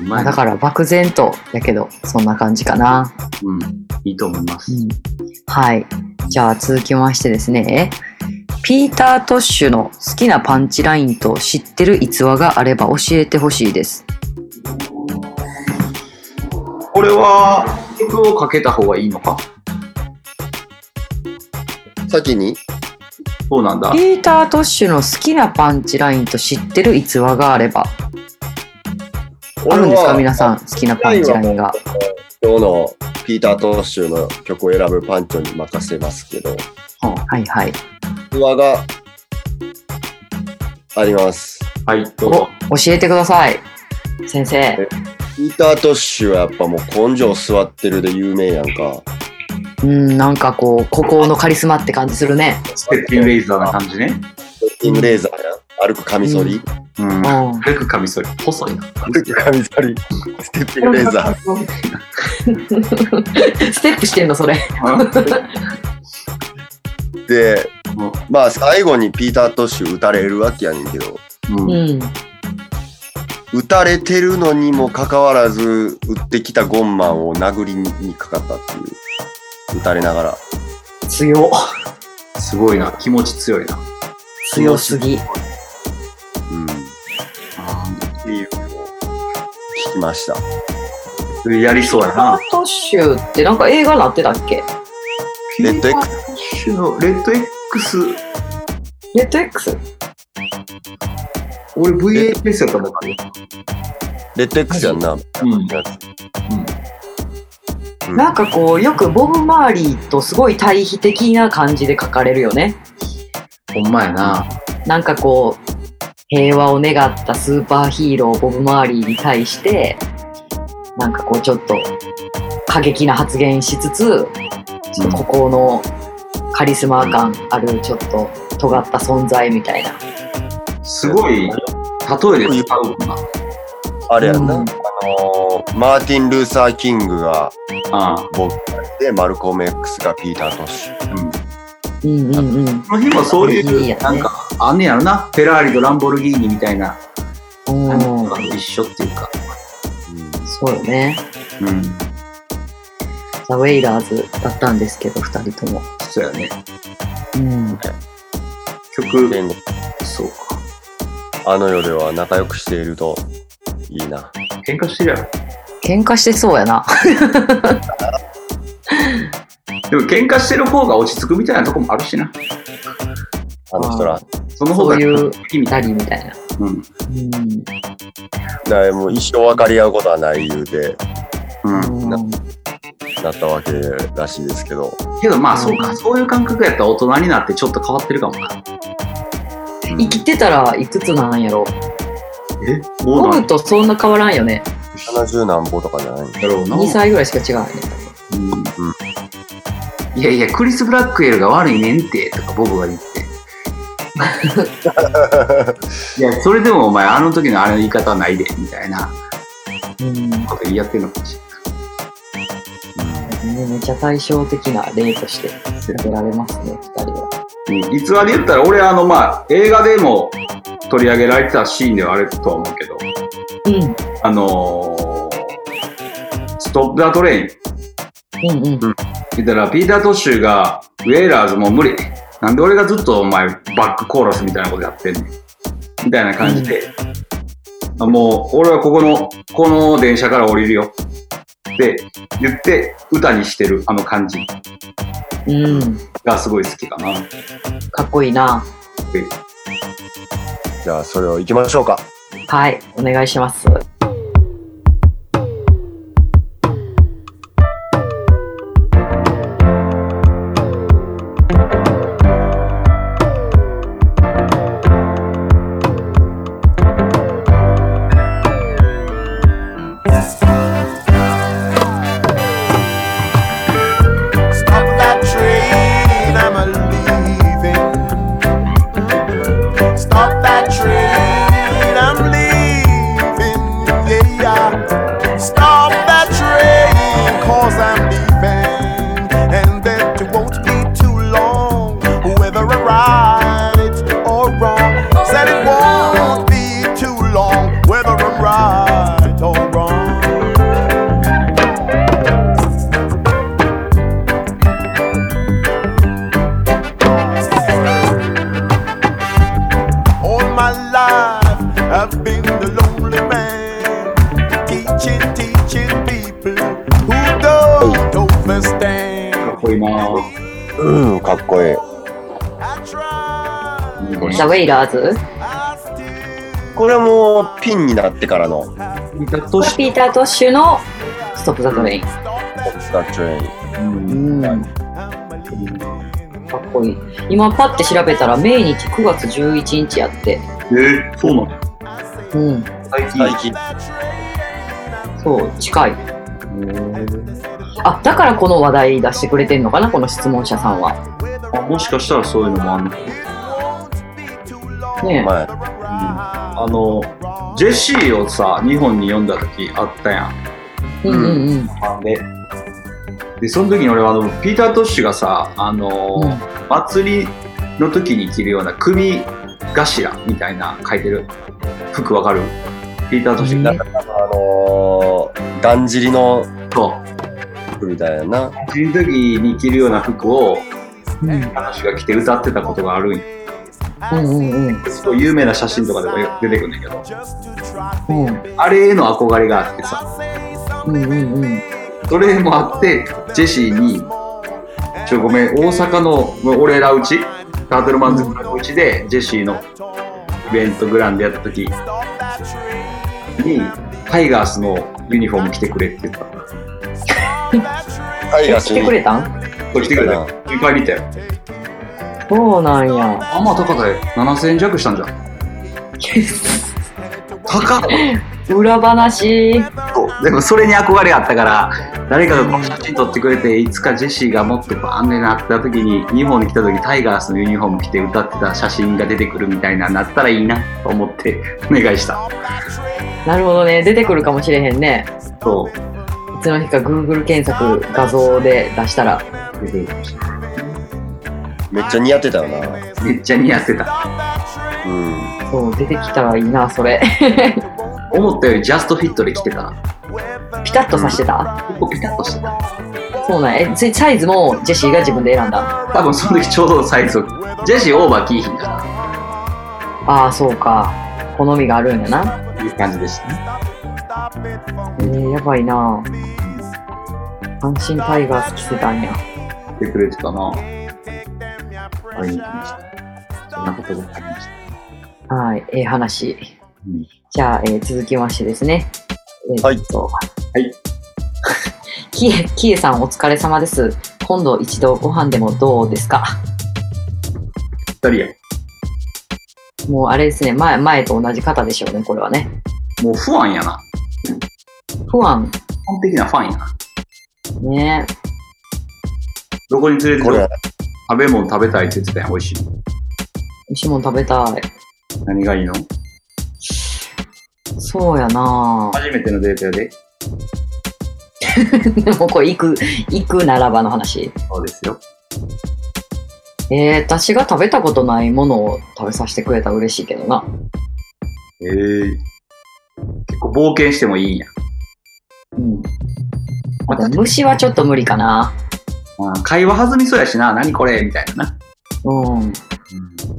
B: うん。
A: ま
B: ま
A: あ、だ
B: だか
A: から漠然とやけど、そんな感じかな。
B: うん。いいと思いま
A: う
B: す。
A: ん。はい。じゃあ続きましてですね。ピーター・トッシュの好きなパンチラインと知ってる逸話があれば教えてほしいです。
B: これは、曲をかけた方がいいのか
C: 先に
B: そうなんだ
A: ピ。ーター・トッシュの好きなパンチラインと知ってる逸話があれば。あるんですか皆さん、好きなパンチラインが。
C: 今日のピーター・トッシュの曲を選ぶパンチョに任せますけど、
A: はいはい。
C: 器があります。
B: はい、どう
A: お
B: ぞ。、
A: 教えてください。先生。
C: ピーター・トッシュはやっぱもう根性座ってるで有名やんか。
A: うん、なんかこう、孤高のカリスマって感じするね。
B: ステッピングレイザーな感じね。
C: インレーザーやん。歩くカミソリ。
B: うん
A: う。ん。
B: 軽くカミソリ。細いな。
C: 歩くカミソリ。ステッピングレーザー。
A: ステップしてんの、それ。
C: で
B: うん、
C: まあ最後にピーター・トッシュ打たれるわけやねんけど、
B: うん
A: うん。
C: 打たれてるのにもかかわらず、打ってきたゴンマンを殴りにかかったっていう。打たれながら。
A: 強。
B: すごいな。気持ち強いな。
A: 強すぎ。
C: うん。っていうのを聞きました。
B: うんやりそうやな。
A: トッシュってなんか映画なってたっけ
C: レッド X
B: ス。のレッド X、
A: ネット X?
B: 俺 VHS やったもんね。
C: レッド X やんな。
B: うん。
C: うん
A: なんかこう、よくボブ・マーリーとすごい対比的な感じで書かれるよね。
B: ほんまやな。
A: なんかこう、平和を願ったスーパーヒーローボブ・マーリーに対して、なんかこうちょっと過激な発言しつつ、ちょっと孤高のカリスマ感あるちょっと尖った存在みたいな。
B: すごい、例えで使うもんな。
C: あれやんな。
A: うん
C: あのーマーティン・ルーサー・キングが
B: ああ。
C: ボッで、マルコム X がピーター・トッシュ。
B: うん。
A: うんうんうん。
B: この日もそう
A: いい
B: い
A: やね
B: う、なんか、あんねやろな。フェラーリとランボルギーニみたいな、なん
A: うん
B: か、一緒っていうか。
A: そうよね。
B: うん。
A: ザ・ウェイラーズだったんですけど、二人とも。
B: そうやね。
A: うん。
B: 曲、
C: 天国
B: そうか。
C: あの夜は仲良くしているといいな。
B: 喧嘩してるやろ。
A: 喧嘩してそうやな。
B: でも喧嘩してる方が落ち着くみたいなとこもあるしな。
C: あの人ら。
B: その方が、
A: そういう
B: いいみた
A: 二
B: い。
A: 人みたいな。
B: うん。
A: うん。
C: だからもう一生分かり合うことはない言うて
B: うん。
A: うん
C: なったわけらしいですけど。
B: けどまあ、そうか。そういう感覚やったら大人になってちょっと変わってるかもな。
A: 生きてたらいくつなんやろ
B: え
A: ボ
B: どうなん
A: ブとそんな変わらんよね。
C: 70何歩とかじゃない
B: だろうな。
A: 2歳ぐらいしか違うよね。
B: うんいやいや、クリス・ブラックエルが悪いねんって、とかボブが言って。いや、それでもお前、あの時のあれの言い方はないで、みたいな
A: うん。
B: こと言い合ってるのかもし
A: ねめっちゃ対照的な例として挙げられますね、二人は。
B: れない。逸話で言ったら、俺、あの、まあ、映画でも取り上げられてたシーンではあるとは思うけど、
A: うん。
B: あのーストップ・ザ・トレイン、
A: うんうん。
B: 言ったら、ピーター・トッシュが、ウェイラーズもう無理。なんで俺がずっとお前、バックコーラスみたいなことやってんねん。みたいな感じで、あもう、俺はここの、この電車から降りるよ。って言って、歌にしてるあの感じ
A: うん。
B: がすごい好きかな。
A: かっこいいな。
C: じゃあそれを行きましょうか。
A: はい、お願いします。
B: いいなぁ。
C: うん、かっこいい。
B: いいね
A: ザ・ウェイラーズ
C: これはもうピンになってからの、
B: 見たとし
A: ピーター・トッシュのストップ・ザ・トレイン。
C: ダッチュレイン。
B: うん
A: うん。かっこいい。今パッて調べたら、命日9月11日やって。
B: えー、そうなの
A: うん。
B: 最近。
C: 最近。
A: そう、近い。
B: うん
A: あ、だからこの話題出してくれてんのかな、この質問者さんは。
B: あもしかしたらそういうのもあんの
A: ね
C: 前。
B: あの、ジェシーをさ、日本に読んだ時あったやん。
A: え。うんうんうん。
B: で、でその時に俺はあの、ピーター・トッシュがさ、あの
A: う
B: ー
A: ん
B: 祭りの時に着るような首頭みたいな書いてる服わかるピーター・トッシュが、
A: うん
C: あのー、だんじりの
B: そう
C: 服みたいな。
B: 祭りの時に着るような服を
A: うん
B: 彼女が着て歌ってたことがあるんよ
A: うんうん
B: すごい有名な写真とかでもよく出てくるんだけど
A: うん
B: あれへの憧れがあってさ
A: うんうんうん
B: それもあってジェシーに「ちょごめん大阪の俺らうちタートルマンズのうちでジェシーのイベントグランでやった時にタイガースのユニフォーム着てくれ」って言った
C: タイガース
A: 来てくれたん
B: これ来てくれたよ。いっぱい見たよ。
A: そうなんや。
B: あんま高田で7000円弱したんじゃん。 高っ
A: 裏話。
B: でもそれに憧れがあったから、誰かがこの写真撮ってくれて、いつかジェシーがもっとバーンでなった時に、日本に来た時タイガースのユニフォーム着て歌ってた写真が出てくるみたいな、なったらいいなと思ってお願いした。
A: なるほどね。出てくるかもしれへんね。
B: そう。
A: いつの日か Google 検索画像で出したら。
C: めっちゃ似合ってたよな。
B: めっちゃ似合ってた。
C: うん。
A: そう、出てきたらいいな、それ。
B: 思ったよりジャストフィットで着てたな。
A: ピタッとさしてた
B: 結構ピタッとしてた。
A: そうなんや。えつサイズもジェシーが自分で選んだ。
B: 多分その時ちょうどサイズをジェシーオーバーキーヒンか
A: ああ、そうか。好みがあるんやな。
B: な。いう感じでしたね。
A: えー、やばいな。阪神タイガース着せたんや。
B: 来てくれてたな。会いに来ました。そんなことがありました。
A: はい、ええ話。
B: うん。
A: じゃあ、えー続きましてですね。え
C: はい
A: ーっと。はい キエ、キエさんお疲れ様です。今度一度ご飯でもどうですか
B: ぴったりや。
A: もうあれですね、前、前と同じ方でしょうね、これはね。
B: もう不安やな。
A: 不安
B: 基本的なファンやな。
A: ね。
B: どこに連れて
C: こ
B: く
C: れ
B: る食べ物食べたいって言ってたやん、美味しいの。
A: 美味しいもん食べたい。
B: 何がいいの
A: そうやな
B: 初めてのデートやで。
A: で もこれ行く、行くならばの話。
B: そうですよ。
A: えー、私が食べたことないものを食べさせてくれたら嬉しいけどな。
B: ええ結構冒険してもいいんや。
A: うん。あと虫はちょっと無理かな。
B: まあ、会話弾みそうやしな、何これみたいなな。
A: うん。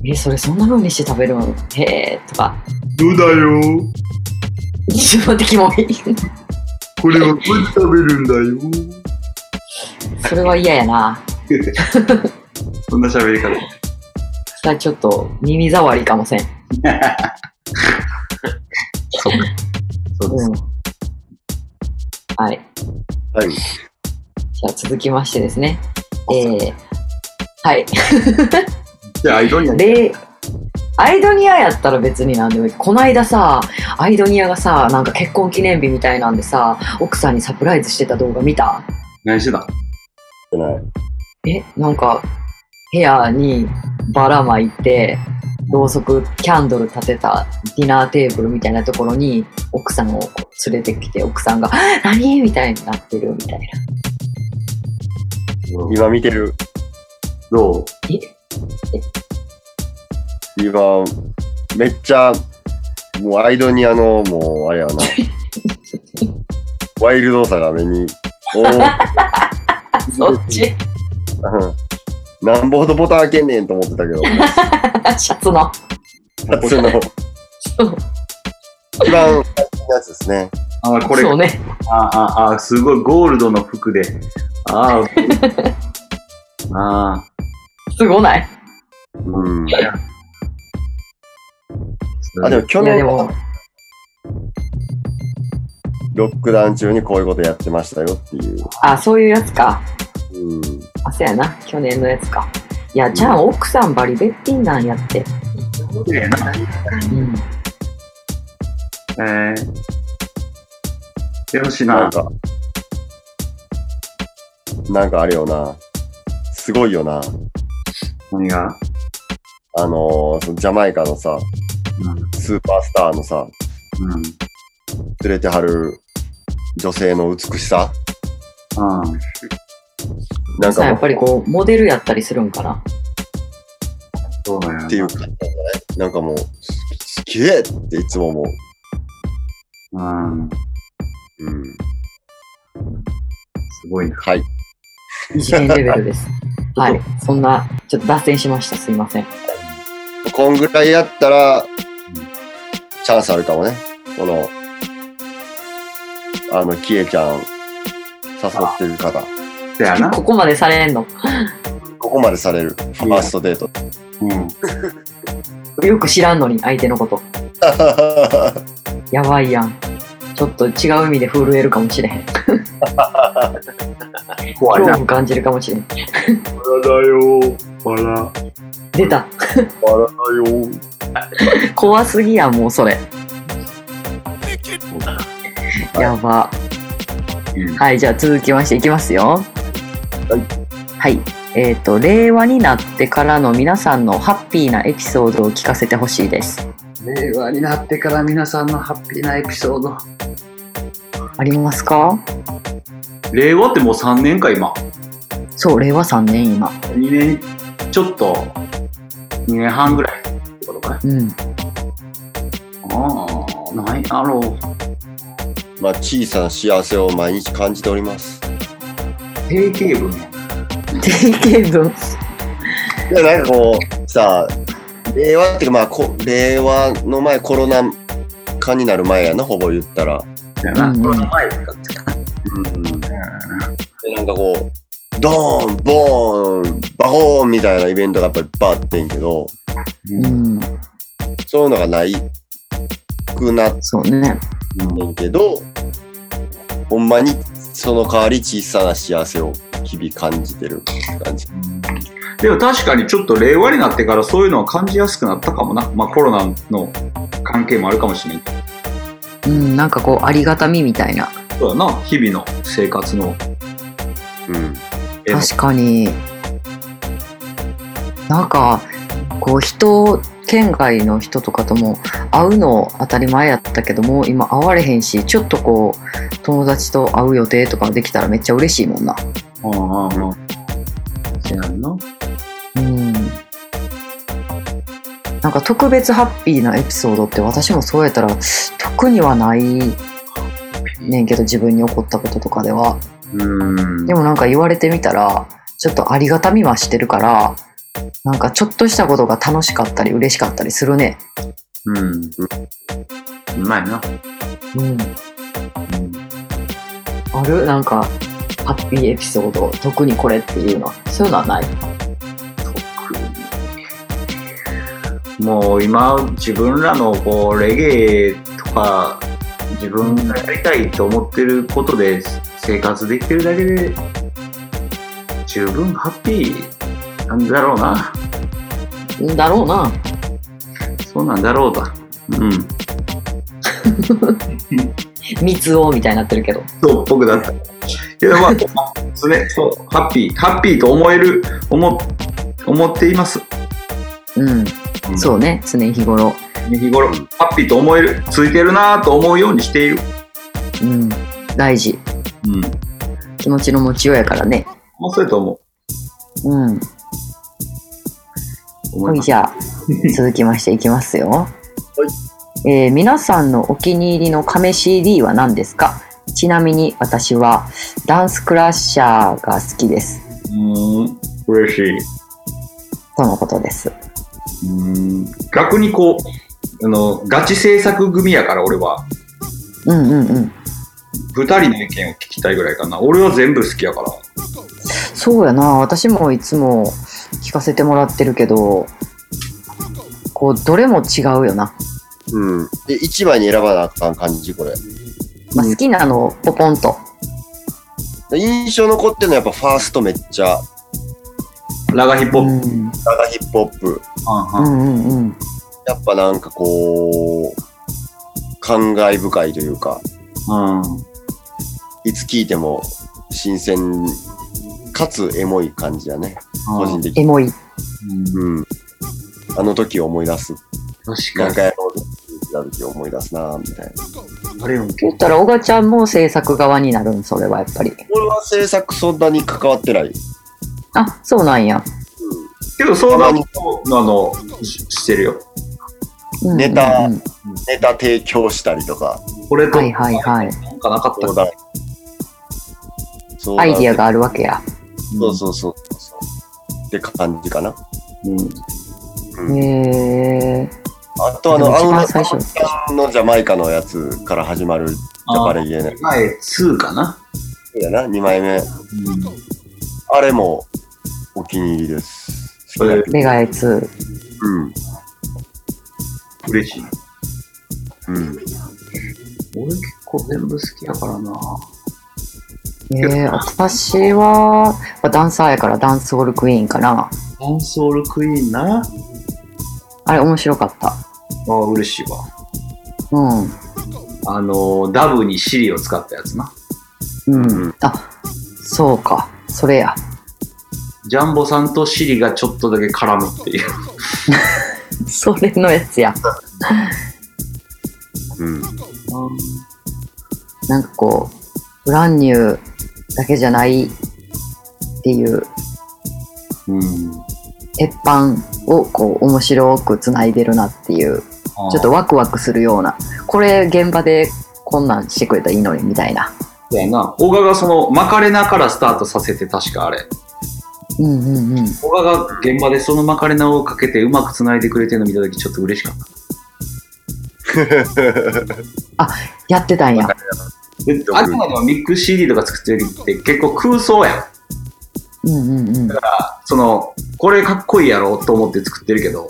A: えそれそんな風にして食べるのへえとか
B: どうだよ
A: ちょっと待ってキモい
B: これはこれ食べるんだよ
A: それは嫌やな
B: そんな喋り方。
A: それはちょっと耳障りかもせん、
B: そうか。そうで
A: う
B: す
A: ん、はい
C: はい。
A: じゃあ続きましてですねえー、はい。
B: じゃあ、アイドルやね。
A: でアイドニアやったら別になんでもいいこないださアイドニアがさなんか結婚記念日みたいなんでさ奥さんにサプライズしてた動画見た
B: 何してた
C: じゃない。
A: えなんか部屋にばらまいてろうそくキャンドル立てたディナーテーブルみたいなところに奥さんを連れてきて奥さんが 「何?」みたいになってるみたいな
C: 今見てる。
B: どう
A: え
C: 今、めっちゃ、もうアイドニアの、もう、あれやな。ワイルドさが目に。おー
A: そっち
C: なんぼほどボタン開けんねんと思ってたけ ど、
A: シャツの
C: その、
A: そう
C: 一番最近のやつですね。
B: あ、これ
A: そうね
B: ああ、あ、すごいゴールドの服で。ああ、あ
A: すごない
C: うん。
B: あ。
C: あ、でも去
A: いやで
C: 年
A: も
C: は、ロックダウン中にこういうことやってましたよっていう。
A: あそういうやつか
C: うん。
A: あそうやな去年のやつかいやじゃあ奥さんバリベッティンなんやって
B: そうだよ
A: う
B: な
A: ん
B: えー、よろしい
C: な。
B: なん
C: か、なんかあれよな。すごいよな。
B: 何が。
C: あのーそのジャマイカのさ、スーパースターのさ、
B: うん。うん。
C: 連れてはる女性の美しさ。
B: あ
C: なん
A: さ
C: か
A: あや
C: もう
A: っぱりこうモデルやったりするんかな
B: そうだよな。
C: っていうか、なんかもう、すすげえっていつも思う。
B: うん。
C: うん。
B: すごいな。
C: はい。
A: 異次元レベルですはいそんなちょっと脱線しましたすいません
C: こんぐらいやったら、チャンスあるかもね。この、あの、キエちゃん、誘ってる方。
B: そやな。
A: ここまでされんの
C: ここまでされる。ファーストデート。
B: うん。
A: よく知らんのに相手のことやばいやんちょっと違う意味で震えるかもしれへん
B: 怖い
A: 恐
B: な。
A: 怖感じるかもしれん
B: だよ。ほら。
A: 出た
C: 笑うよ。
A: 怖すぎやんもうそれやば
B: うん。
A: はい、じゃあ続きましていきますよ。はい。えっ、と、令和になってからの皆さんのハッピーなエピソードを聞かせてほしいです。
B: 令和になってから皆さんのハッピーなエピソード。
A: ありますか
B: 令和ってもう3年か、今。
A: そう、令和3年今。
B: 2年ちょっと、2年半ぐらいってことかね。
A: うん。
B: ああ、ないやろう。
C: まあ、小さな幸せを毎日感じております。
B: 定型文や
A: 定型文。
C: いや、なんかこう、さ令和っていうか、まあこ、令和の前、コロナ禍になる前やな、ほぼ言ったら。
B: な。
A: うん
B: これの前だったか
C: うん。でなんかこう、ドーン、ボーン、バホーンみたいなイベントがやっぱりいっぱいあってんけど、
A: う。
B: うん
C: そういうのがないくなっ
A: そうね。
C: てんけど、ほんまにその代わり小さな幸せを日々感じてる感じ。
B: でも確かにちょっと令和になってからそういうのを感じやすくなったかもな。まあコロナの関係もあるかもしれんけど。
A: うん、なんかこう、ありがたみみたいな。
B: そうやな。日々の生活の。
C: うん。
B: え
A: 確かに。なんか、こう、人、県外の人とかとも会うの当たり前やったけども、今会われへんし、ちょっとこう、友達と会う予定とかできたらめっちゃ嬉しいもんな。
B: ああ、ああ、ああ。せやんな。
A: うん。なんか特別ハッピーなエピソードって私もそうやったら、特にはないねんけど、自分に起こったこととかでは。
B: うん。
A: でもなんか言われてみたらちょっとありがたみはしてるからなんかちょっとしたことが楽しかったり嬉しかったりするね。
B: うん。うまいな。
A: うん、
B: うん
A: あるなんかハッピーエピソード特にこれっていうのそういうのはない
B: もう今自分らのこうレゲエとか自分がやりたいと思ってることで生活できてるだけで十分ハッピーなんだろうなん
A: だろうな
B: そうなんだろうだうん
A: 密をみたいになってるけど
B: そう僕だったけどまあそうねそうハッピーハッピーと思える思思っています
A: うんそううね常日頃
B: 日頃ハッピーと思えるついてるなぁと思うようにしている
A: うん大事
B: うん
A: 気持ちの持ちようやからね
B: もうそれと思
A: うん
B: う思
A: はいい
B: ます
A: じゃあ続きましていきますよえー皆さんのお気に入りの亀 CD は何ですかちなみに私はダンスクラッシャーが好きです
B: うーん嬉しい
A: とのことです
B: うーん逆にこうあのガチ制作組やから俺は
A: うんうんうん
B: 2人の意見を聞きたいぐらいかな俺は全部好きやから
A: そうやな私もいつも聞かせてもらってるけどこうどれも違うよな、
C: うん。で、一番に選ばなあかん感じ、これ。
A: まあ、
B: うん
A: 好きなのをポポンと
C: で印象残ってるのはやっぱファーストめっちゃ、
B: ラガヒップ
A: う
B: ホップ。うん
A: ん
C: ラガヒップホップ。
A: う
B: うん
A: んうんうん
C: やっぱなんかこう、感慨深いというか、
B: うん
C: いつ聴いても新鮮、かつエモい感じやね。個人的
A: エ
C: に。
A: モい
C: うん。あの時を思い出す。なん
B: 確
C: か
B: か
C: やろうな時を思い出すな、みたいな。
B: に。あれよ、
A: 言ったら小賀ちゃんも制作側になるんそれはやっぱり
C: 俺は制作そんなに関わってない。
A: あそうなんや、
B: けど、そうなると、あの、ししてるよ。
A: うんうんうん
C: ネタネタ提供したりとか、
B: これと、
A: はい
B: な
A: はいはい
B: んかなかった
C: 相
B: っけ
C: 談。相談
A: アイディアがあるわけや
C: そうそうそうそう。って感じかな。
B: うん。
C: うん
A: へえ
C: あとあの、
A: でも
C: ア
A: 一
C: ウ
A: 番
C: ナ
A: 最初
C: さんのジャマイカのやつから始まるジャパレゲーね。
B: 前、2かな。
C: やな、2枚目。
B: うん
C: あれもお気に入りです。好きな曲
A: メガエツ
C: うん。
B: 嬉しい。
C: うん。
B: 俺結構全部好きやからな。
A: えー、私は、まあ、ダンサーやからダンスホールクイーンかな
B: ダンソールクイーンな。
A: あれ面白かった
B: ああ、嬉しいわ。
A: うん
B: あの、ダブにシリを使ったやつな。
A: うんあそうかそれや
B: ジャンボさんとシリがちょっとだけ絡むっていう。
A: それのやつや
C: うん。
A: なんかこう、ブランニューだけじゃないっていう
B: うん。
A: 鉄板をこう面白くつないでるなっていう、ちょっとワクワクするような、これ現場でこんなんしてくれたらいいのにみたいな。
B: そうやな。小賀がその、マカレナからスタートさせて、確かあれ。
A: うんうんうん。
B: 小賀が現場でそのマカレナをかけてうまく繋いでくれてるの見たときちょっと嬉しかった。
A: やってたんや。
B: であくまでもミックス CD とか作ってる時って結構空想やん。
A: うんうんうん。
B: その、これかっこいいやろと思って作ってるけど、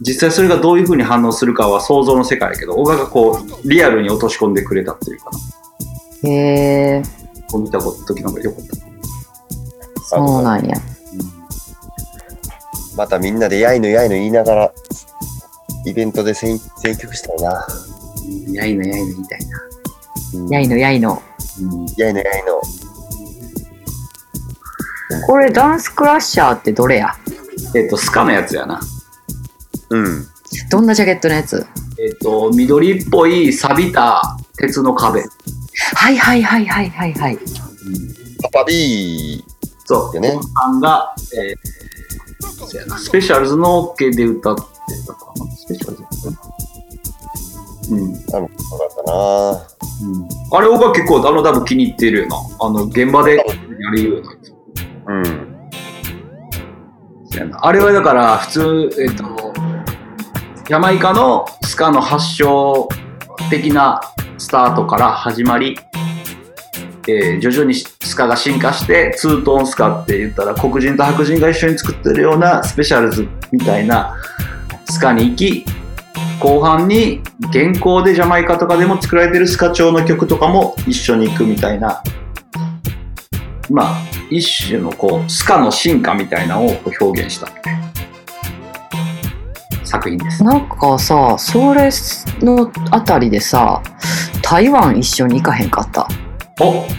B: 実際それがどういう風に反応するかは想像の世界やけど、小川がこう、リアルに落とし込んでくれたっていうかな。
A: へえ、
B: こう見た時の方が良かったな。
A: そうなんや。
C: またみんなでやいのやいの言いながら、イベントで選選曲したいな。
B: うんやいのやいのみたいな。
C: うん
A: やいのやいの。
B: うん
C: やいのやいの。
A: これダンスクラッシャーってどれや
B: えっと、スカのやつやな。
C: うん。
A: どんなジャケットのやつ
B: えっと、緑っぽい錆びた鉄の壁。
A: はいはいはいはいはいはい。
C: パパビー。
B: そう、
C: ね
B: ね、さんが、えーそうやなスペシャルズの OK で歌ってたかな。スペシャルズ。うん。
C: そうだったな。
B: あれ、僕は結構あのダブ気に入ってるよな。あの、現場でやるようなやつ
C: うん。
B: やな。あれはだから、普通、えっと、ジャマイカのスカの発祥的なスタートから始まり、えー徐々にスカが進化して、ツートーンスカって言ったら、黒人と白人が一緒に作ってるようなスペシャルズみたいなスカに行き、後半に現行でジャマイカとかでも作られてるスカ調の曲とかも一緒に行くみたいな、まあ、一種のこう、スカの進化みたいなのをこう表現した作品です。
A: なんかさ、それのあたりでさ、台湾一緒に行かへんかった。
B: あ、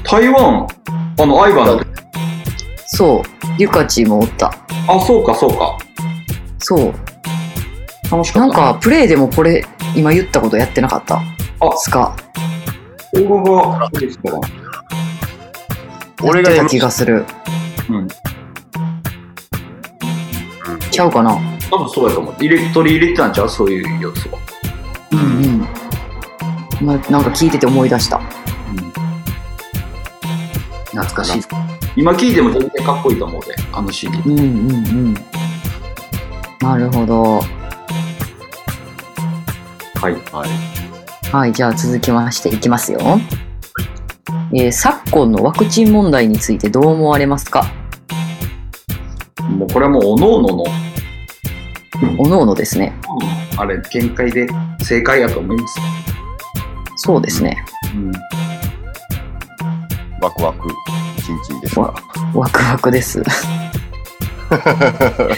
B: 台湾、あの、アイバンだ
A: そう、ゆかちもおった。
B: あ、そうか、そうか。
A: そう、
B: 楽しか
A: な
B: った。
A: ん、かプレイでもこれ、今言ったことやってなかった。
B: あ
A: スカ。
B: 黄金が出てきたかな
C: 俺が
A: やってた気がする。
B: うん。
A: ちゃうかな。
B: 多分そうやと思う。入れ、取り入れてたんちゃうそういう要素は。
A: うんうん。ま、なんか聞いてて思い出した。
B: 懐かしい。今聞いても全然かっこいいと思うで、あの CD。
A: うんうんうん。なるほど。
B: はい。
C: はい。
A: はい、じゃあ続きましていきますよ。えー昨今のワクチン問題についてどう思われますか
B: もうこれはもうおのおのの
A: おのおのですね。
B: あれ見解で正解やと思います、
A: そうですね。
B: うん、
C: ワクワク一日です
A: わワクワク です。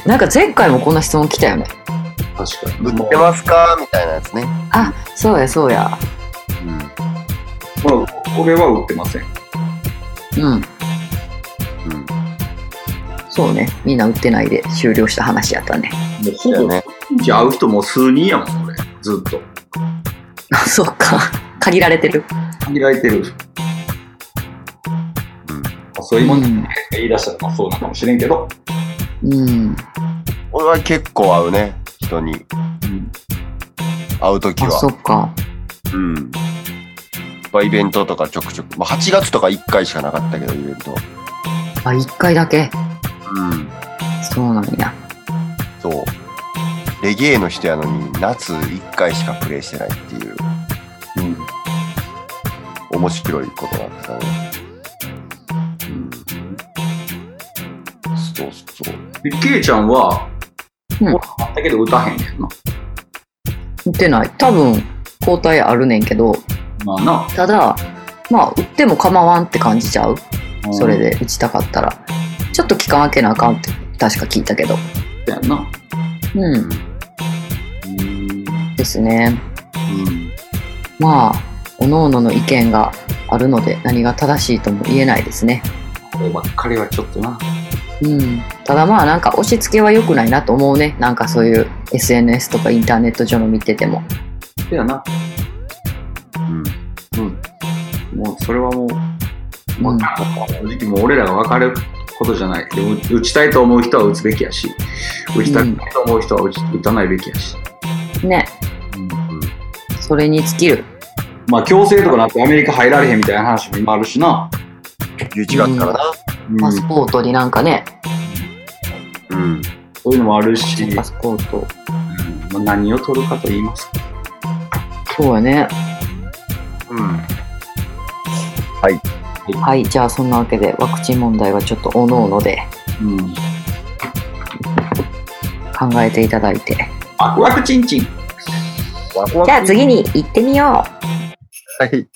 A: なんか前回もこんな質問来たよね。
B: 確か
C: 売
B: に
C: ってますかみたいなやつね。
A: あ、そうやそうや。
B: もう俺は売ってません
A: うん。
C: うん。うん。
A: そうね。みんな売ってないで終了した話やったね。
B: もうほ
C: だよ
B: ぼ
C: ね。
B: じゃあ会う人もう数人やもん、これ。ずっと。
A: あ、そうか。限られてる。
B: 限られてる。まあそういうもんって言い出したらまあそうなのかもしれんけど。
A: うん。
C: 俺は結構会うね。人に。
B: うん。
C: 会うとき
A: あ、そ
C: は。
A: っか。
C: うん。やっぱイベントとかちょくちょく。まあ、8月とか1回しかなかったけど、イベント。
A: あ、一回だけ。
C: うん。
A: そうなんや。
C: そう。レゲエの人やのに、夏1回しかプレイしてないっていう、
B: うん。
C: 面白いことなんですよね。そうそう。
B: で、ケイちゃんは、
A: うん
B: 俺あったけど歌へんやんな。
A: 売ってない。多分、交代あるねんけど、
B: まあな。
A: ただ、まあ、売っても構わんって感じちゃう。それ。で打ちたかったら。ちょっと期間空けなあかんって確か聞いたけど。
B: やんな。
A: う
C: うん
A: ん。。
B: うん。
A: ですね。まあ、各々の意見があるので、何が正しいとも言えないですね。
B: こればっかりはちょっとな。
A: うん。ただまあ、なんか押し付けは良くないなと思うね。なんかそういう SNS とかインターネット上の見てても。
B: そやな。
C: うん。
B: もうそれはもう、
A: う
B: ま
A: ん
B: あ、正直もう俺らが分かることじゃない。でも打ちたいと思う人は打つべきやし、打ちたくないと思う人は打ち打たないべきやし。
A: ね。それに尽きる。
B: まあ強制とかなってアメリカ入られへんみたいな話も今あるしな。
C: 11月からな。
B: うん
A: パス
B: そ
A: ポートになんかね、
C: うん。
B: ういうのもあるし、
A: パスポート。
B: うんまあ、何を取るかと言いますか。
A: そうやね。
C: うん。
A: はい、じゃあそんなわけでワクチン問題はちょっとおのおので
B: うん。
A: 考えていただいて。
B: ワクワクチンチン。
C: ワクワク。
A: じゃあ次に行ってみよう。
C: はい。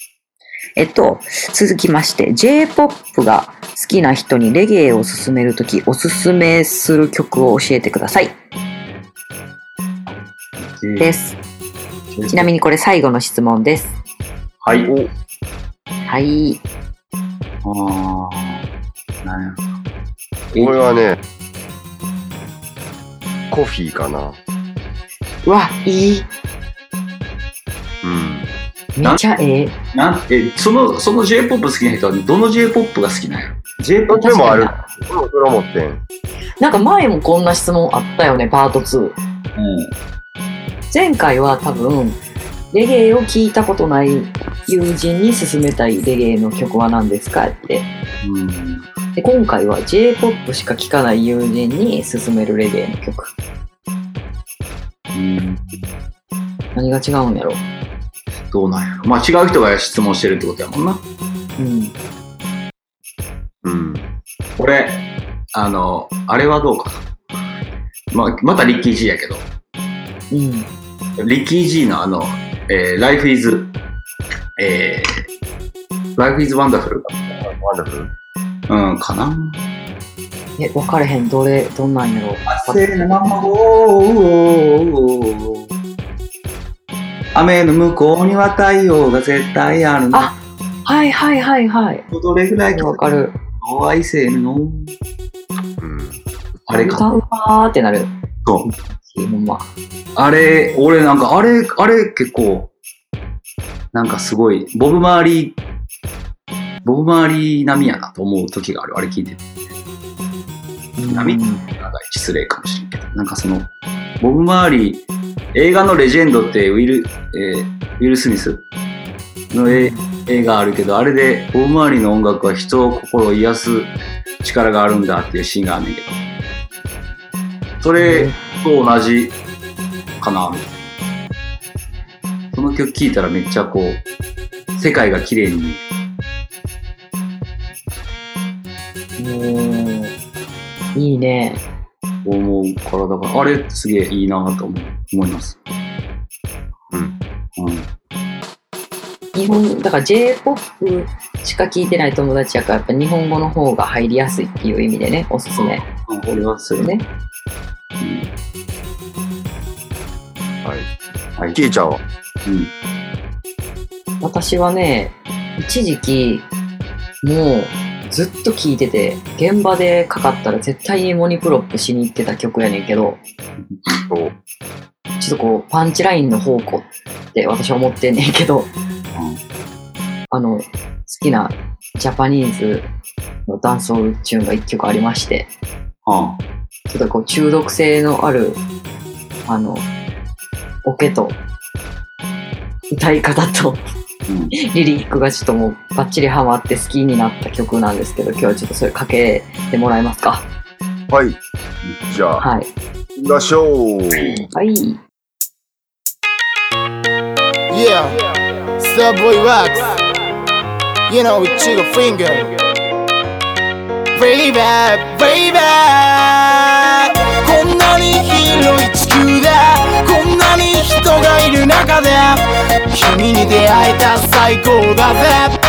A: えっと、続きまして、J-POP が好きな人にレゲエを勧めるとき、おすすめする曲を教えてください。です。ちなみにこれ最後の質問です。
B: はい。
C: お、
A: はい。
B: ああ。なんや
C: 俺はね、コフィーかな。
A: うわ、いい。
C: うん。
A: めちゃええ。
B: なんえ、その、その J-POP 好きな人はどの J-POP が好きなんやろ ?J-POP
C: どっちもある
A: 確。
C: 俺もそれ思ってん。
A: なんか前もこんな質問あったよね、パート2。前回は多分、レゲエを聞いたことない友人に勧めたいレゲエの曲は何ですかって。
B: うん。
A: で今回は J-POP しか聴かない友人に勧めるレゲエの曲。
B: うん。
A: 何が違うんやろ
B: どうなんやろまあ違う人が質問してるってことやもんな。
A: うん。
C: うん。
B: 俺、あの、あれはどうかな。まあ、またリッキー G やけど、
A: うん。
B: リッキー G のあの、えー、Life is, えー、Life is Wonderful?
C: ワンダフル。
B: うん、かな。
A: え、分かれへん。どれ、どんなんやろ
B: 汗のまま、おーおーおー雨の向こうには太陽が絶対あるの。
A: あはいはいはいはい。
B: どれぐらい
A: わか
B: か
A: る。
B: 可愛せーの。
C: うん。
B: あれ
A: 歌
B: か。
A: うわーってなる。
B: そう
A: ほんま。
B: あれ、俺なんか、あれ、あれ結構、なんかすごい、ボブ周り、ボブ周り並みやなと思う時がある。あれ聞いてて。波
A: うん
B: なんか失礼かもしれんけど。なんかその、ボブ周り、映画のレジェンドってウィル、えーウィル・スミスのえ映画あるけど、あれでボブ周りの音楽は人を心を癒す力があるんだっていうシーンがあるんだけど。それ、と同じかなみたいなその曲聴いたらめっちゃこう世界が綺麗に
A: うんいいね。
B: 思うから、だから、あれ、すげえいいなと思う思います。
C: うん。
B: うん。
A: 日本、だから J-POP しか聞いてない友達やから、やっぱ日本語の方が入りやすいっていう意味でね、おすすめ。
B: 俺はそれ
A: ね。
B: うん
C: はい。
B: はい。
C: キーちゃんは
B: うん。
A: 私はね、一時期、もうずっと聴いてて、現場でかかったら絶対にモニプロップしに行ってた曲やねんけど、
C: お
A: ちょっとこう、パンチラインの方向って私は思ってんねんけど、あの、好きなジャパニーズのダンスオールチューンが一曲ありまして、
B: はあ。
A: ちょっとこう、中毒性のある、あの、オケと、歌い方と、
B: うん。
A: リリックがちょっともうバッチリハマって好きになった曲なんですけど、今日はちょっとそれかけてもらえますか。
C: はい。じゃあ、
A: はい。
C: 行きましょう。
A: はい。
D: Yeah, Subway rocks. You know, chicken finger. Baby, baby. こんなに広い地球でこんなに人がいる中で君に出会えた最高だぜ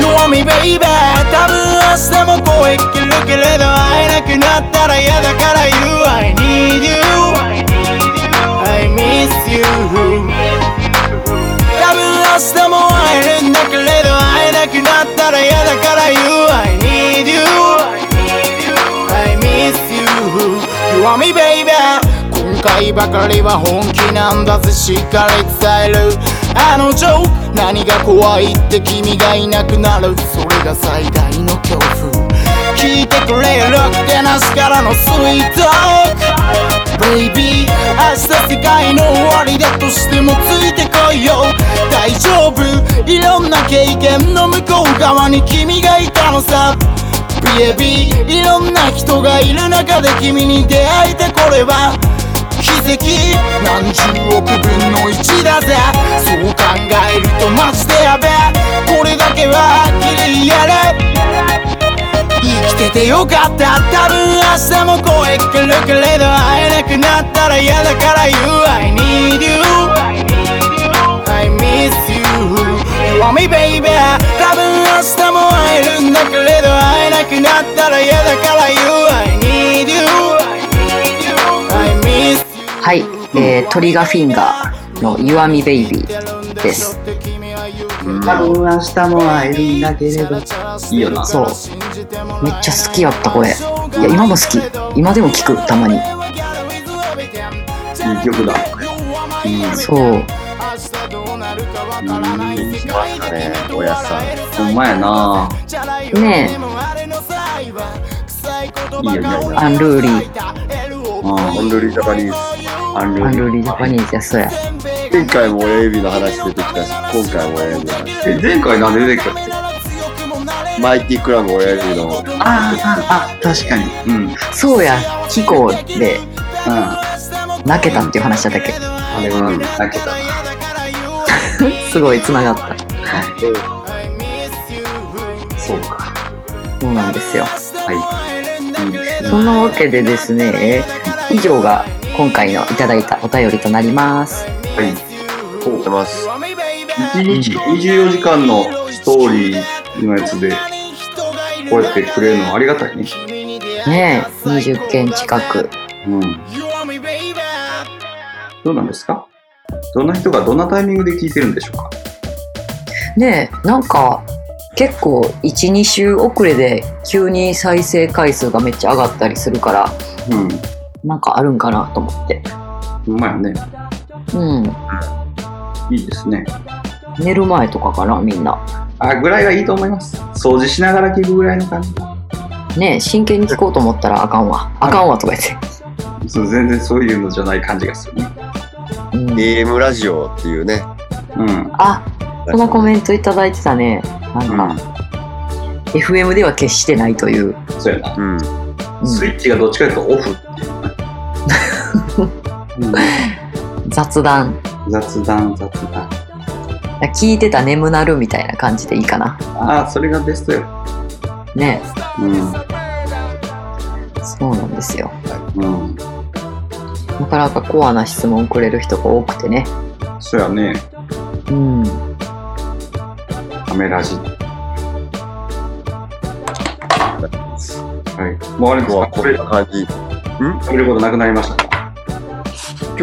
D: 弱みベイベー多分明日も声聞けるけれど会えなくなったら嫌だから You I need you I miss you 多分明日も会えるんだけれど会えなくなったら嫌だから You I need you I miss you You are me baby 今回ばかりは本気なんだぜしっかり伝えるあの情何が怖いって君がいなくなるそれが最大の恐怖聞いてくれよロックでなしからのスイートベイビー明日世界の終わりだとしてもついてこいよ大丈夫いろんな経験の向こう側に君がいたのさ Baby いろんな人がいる中で君に出会えてこれは奇跡何十億分の1だぜそう考えるとマジでやべえこれだけははっきりやれ生きててよかった多分明日も声聞けるけれど会えなくなったら嫌だから You I need you I miss you You want me baby 多分明日も会えるんだけれど会えなくなったら嫌だから You I need you I miss you
A: はい。えー、トリガーフィンガーの弱みベイビー。です
C: うん
E: 多分明日も会えるんだけれど。
B: いいよな
A: そう。めっちゃ好きやった、これ。いや、今も好き。今でも聞く、たまに。
B: いい曲だ。
A: そう。
B: うん。
C: 来ましたね、おやさん。
B: ほんまやな
A: ね
B: いいよ、いいよ。
A: アンルーリー、
C: オンドリージャパニーズ。
B: アンル
A: アン
B: ー
A: ルーリージャパニーズや、そうや。
C: 前回も親指の話出てきたし、今回も親指の話。
B: え、前回なんで出てきたっけ
C: マイティクラブ親指の。
B: ああ、確かに。うん。うん。
A: そうや、キコで泣けたっていう話だったっけ。
B: あれは泣けた。
A: すごい繋がった。
B: そうか。
A: そうなんですよ。
B: はい。いいですね。
A: そんなわけでですね、以上が今回のいただいたお便りとなります。
B: はい。
C: そうてます。
B: 1日24時間のストーリーのやつで、こうやってくれるのありがたいね。
A: ねえ、20件近く。
B: うん。どうなんですかどんな人がどんなタイミングで聞いてるんでしょうか
A: ねえ、なんか、結構1、2週遅れで急に再生回数がめっちゃ上がったりするから、
B: うん。
A: なんかあるんかなと思って。
B: ほんまやね。
A: うん。
B: いいですね。
A: 寝る前とかかな、みんな。
B: あ、ぐらいがいいと思います。掃除しながら聞くぐらいの感じ。
A: ねえ、真剣に聞こうと思ったらあかんわ。あかんわとか言って。
B: そう全然そういうのじゃない感じがするね。
A: うん、
C: AM ラジオっていうね。
B: うん。
A: あ、このコメントいただいてたね。なんか、FM では決してないという。
B: そうやな。
C: うん。
A: うん
B: スイッチがどっちかというと オフっていうね。
A: 雑談
B: うん雑談、雑談。
A: 聞いてた眠なるみたいな感じでいいかな
B: ああ、それがベストよ。
A: ね
B: うん。
A: そうなんですよ。
B: うん。
A: なかなかコアな質問くれる人が多くてね。
B: そうやね。
A: うん。
B: カメラジ。はい。もうあれ
C: 今
B: です
C: 日は
B: か
C: こ
B: こ
C: ん
B: れ
C: な感じ。
B: 食べることなくなりましたか
C: 今日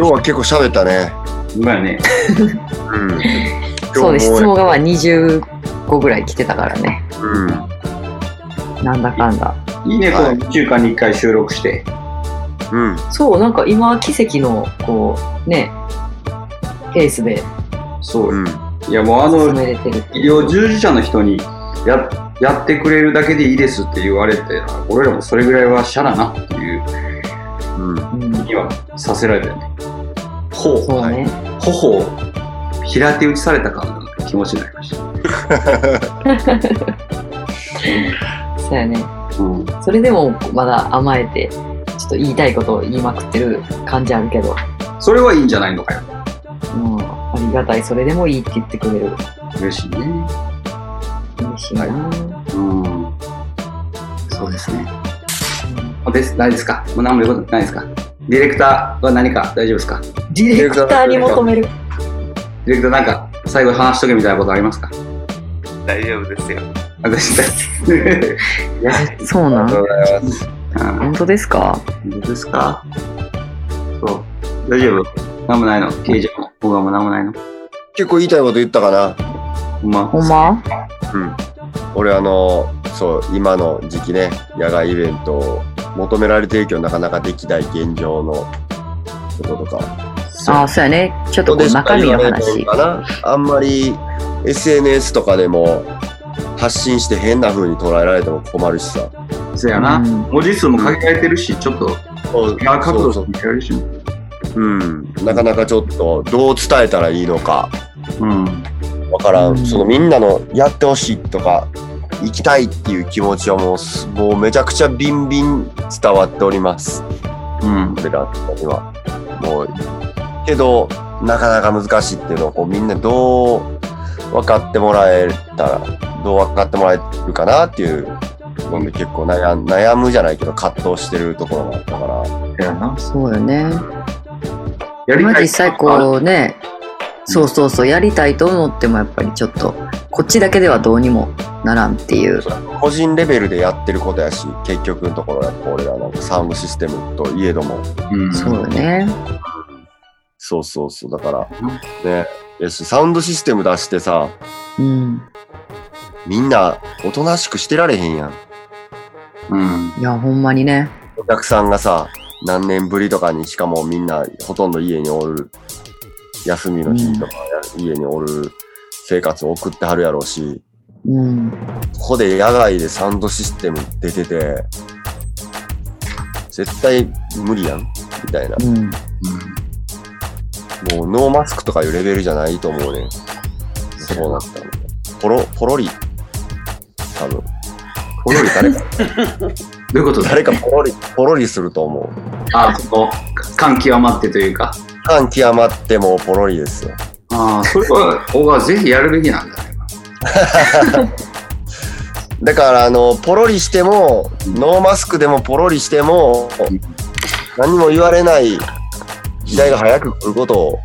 C: は結構喋ったね。
B: 今やね。
C: うん。
A: そうです。質
C: 今日も
A: 問がまあ20個ぐらい来てたからね。
C: うん。
A: なんだかんだ。
B: いいね、こ
C: は
B: の
C: い
B: 2週間に1回収録して。
C: うん。
A: そう、なんか今、奇跡の、こう、ね、ペースで
B: そうう。
C: ん。
B: いや、もうあ
A: 進
B: の、
A: めれてるって
B: 医療従事者の人にや、やってくれるだけでいいですって言われて、俺らもそれぐらいはシャラなっていう
C: うん。
A: うん、
B: にはさせられたよね。ほう、
A: そうね。
B: 頬を平手打ちされた感の気持ちになりました。
A: そうやね。
B: うん。
A: それでも、まだ甘えて、ちょっと言いたいことを言いまくってる感じあるけど、
B: それはいいんじゃないのかよ。
A: もう、ありがたい。それでもいいって言ってくれる。
B: 嬉しいね。
A: 嬉しいな、
B: うん。そうですね。です、ないですかもう何も言うことないですかディレクターは何か大丈夫ですか
A: ディレクターに求める。
B: ディレクターなんか最後に話しとけみたいなことありますか
F: 大丈夫ですよ。
B: 私たち。
A: そうなん
B: ありがとうございます。
A: 本当ですか
B: うん、どうですかそう。大丈夫何もないの刑事も。僕はもう何もないの
C: 結構言いたいこと言ったかな。
B: ほんま。
A: ほんま
C: 俺あのそう今の時期ね野外イベントを求められてるけどなかなかできない現状のこととか
A: ああ、そうやね。ちょっとこう
C: しか
A: 中身
C: 言
A: の
C: われへん
A: 話。
C: かなあんまり SNS とかでも発信して変な風に捉えられても困るしさ
B: そうやな。
A: うん
B: 文字数も限られてるし、ちょっと、
C: そう
B: 違う角
C: そ
B: 度
C: う
B: も限られるし。う
C: そううんなかなかちょっとどう伝えたらいいのか
B: ん。
C: わからん、
A: うん
C: そのみんなのやってほしいとか行きたいっていう気持ちはもうすもうめちゃくちゃビンビン伝わっております
B: うん。
C: 俺らには。もう、けど、なかなか難しいっていうのを、こう、みんなどう分かってもらえたら、どう分かってもらえるかなっていうので結構悩ん悩むじゃないけど、葛藤してるところもあったから。
B: そうやな。
A: そうよね。
B: やり
A: ま
B: た
A: あ
B: い。
A: 実際こうね、そうそうそう、やりたいと思ってもやっぱりちょっと、こっちだけではどうにもならんっていう。
C: 個人レベルでやってることやし、結局のところやっぱ俺らなんかサウンドシステムといえども、
B: うん。
A: そうよね。
C: そうそうそう、だから、ね、やし、サウンドシステム出してさ、
A: うん。
C: みんなおとなしくしてられへんやん。
B: うん。
A: いや、ほんまにね。
C: お客さんがさ、何年ぶりとかに、しかもみんなほとんど家におる、休みの日とか、家におる生活を送ってはるやろうし、
A: うん。
C: ここで野外でサウンドシステム出てて、絶対無理やんみたいな
A: う。ん。
C: もうノーマスクとかいうレベルじゃないと思うねん。そうなったの。ポロ、ポロリ。多分。ポロリ誰か、
B: どういうことだ
C: 誰かポロリ、ポロリすると思う。
B: あ、そこ、感極まってというか。
C: 感極まってもうポロリですよ。
B: ああ、それは、僕はぜひやるべきなんだね。
C: だからあのポロリしてもノーマスクでもポロリしても
B: うん
C: 何も言われない時代が早く来ることを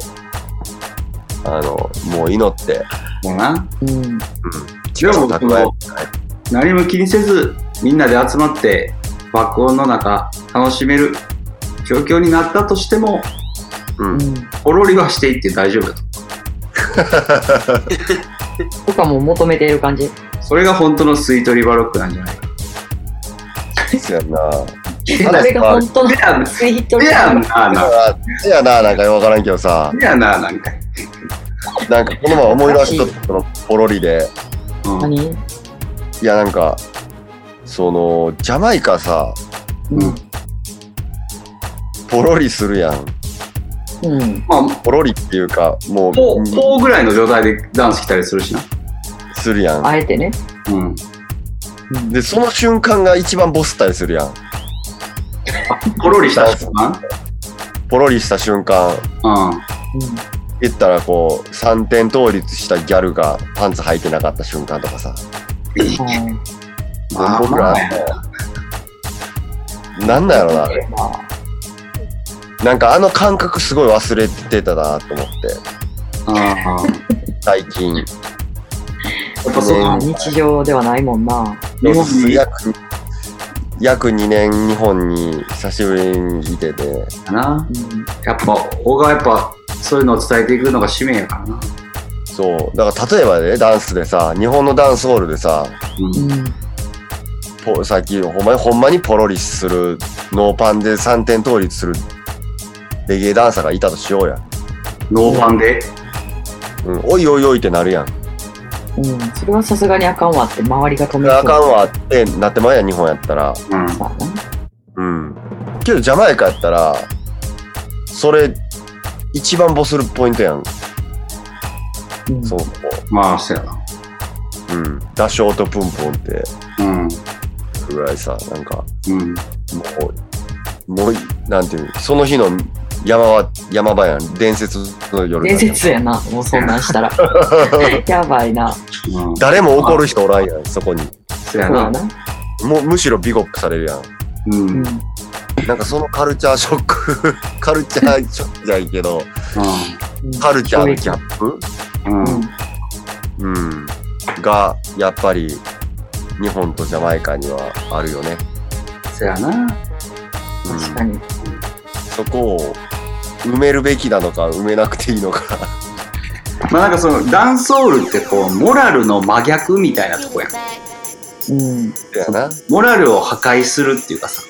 C: あのもう祈って
B: もうな。
A: うん。
B: でも
C: 蓄え
B: 何も気にせず、みんなで集まって、爆音の中、楽しめる状況になったとしても、
C: うん
B: ポロリはしていって大丈夫だと。
A: とかも求めている感じ。
B: それが本当のスイートリバーロックなんじゃないか。
C: そうやん な
A: それが本当の
B: でやん
A: スイート
B: で
A: リ
B: や
A: ア
B: なあな。
C: せやななんか分からんけどさ
B: でやなあなんか。
C: なんかこの前思い出したそのポロリで
B: うん。
A: 何
C: いやなんかそのジャマイカさ
A: うん。
C: ポロリするやん
A: うん。
B: まあ、
C: ポロリっていうかもう
B: こう、こうぐらいの状態でダンス来たりするしな。
C: するやん
A: あえてね。
B: うん。
A: うん
C: でその瞬間が一番ボスったりするやん
B: ポロリしたしな。
C: ポロリした瞬間
B: うん。
C: 言ったらこう3点倒立したギャルがパンツ履いてなかった瞬間とかさ
A: うん
B: まあ、
C: 僕
B: ま
C: ら
B: あ、
C: なんなんやろな、あれ。
A: な
C: なんかあの感覚すごい忘れてたなと思って、
E: あ
C: 最近。
B: やっぱその、
C: ね
A: 日常ではないもんな。
B: 日本に
C: 約、約2年日本に久しぶりにいてて、
E: あ、な。
B: やっぱ、小がやっぱ、そういうのを伝えていくのが使命やからな。
C: そう。だから例えばね、ダンスでさ、日本のダンスホールでさ、
A: うん。
C: ポさっきほんまにほんまにポロリする、ノーパンで3点倒立するレゲエダンサーがいたとしようや。
B: ノーファンで。
C: うん、おいおいおいってなるやん。
A: うん。それはさすがにあかんわって周りが止め
C: あかんわってなってまうやん、日本やったら。
B: うん。
A: そうやな
C: うん。けどジャマイカやったら、それ、一番ボスるポイントやん、
A: うん
C: そう。
B: まあ、そうやな。
C: うん。ダショーとプンプンって
B: うん。
C: ぐらいさ、なんか、
B: うん。
C: もう、もう、なんていう、その日の山は、山場やん、伝説の夜
A: 伝説やな、もうそんなんしたら。やばいな。そ
B: うん。
C: 誰も怒る人おらんやん、そこに。
B: そうや
A: うや
B: な。
A: な。
C: もうむしろビゴックされるやん。
B: う。
A: うんん
B: うん。。
C: なんかそのカルチャーショック、 カルチャーショックじゃいいけど、カルチャーのギャップ
B: うん。
C: うん、がやっぱり日本とジャマイカにはあるよね、
B: そうやな。
C: うん
A: 確かに。
C: そこを埋めるべきなのか埋めなくていいのか
B: まあなんかその、ダンスホールってこう、モラルの真逆みたいなとこやん。
A: うん。
C: だよな
B: モラルを破壊するっていうかさ、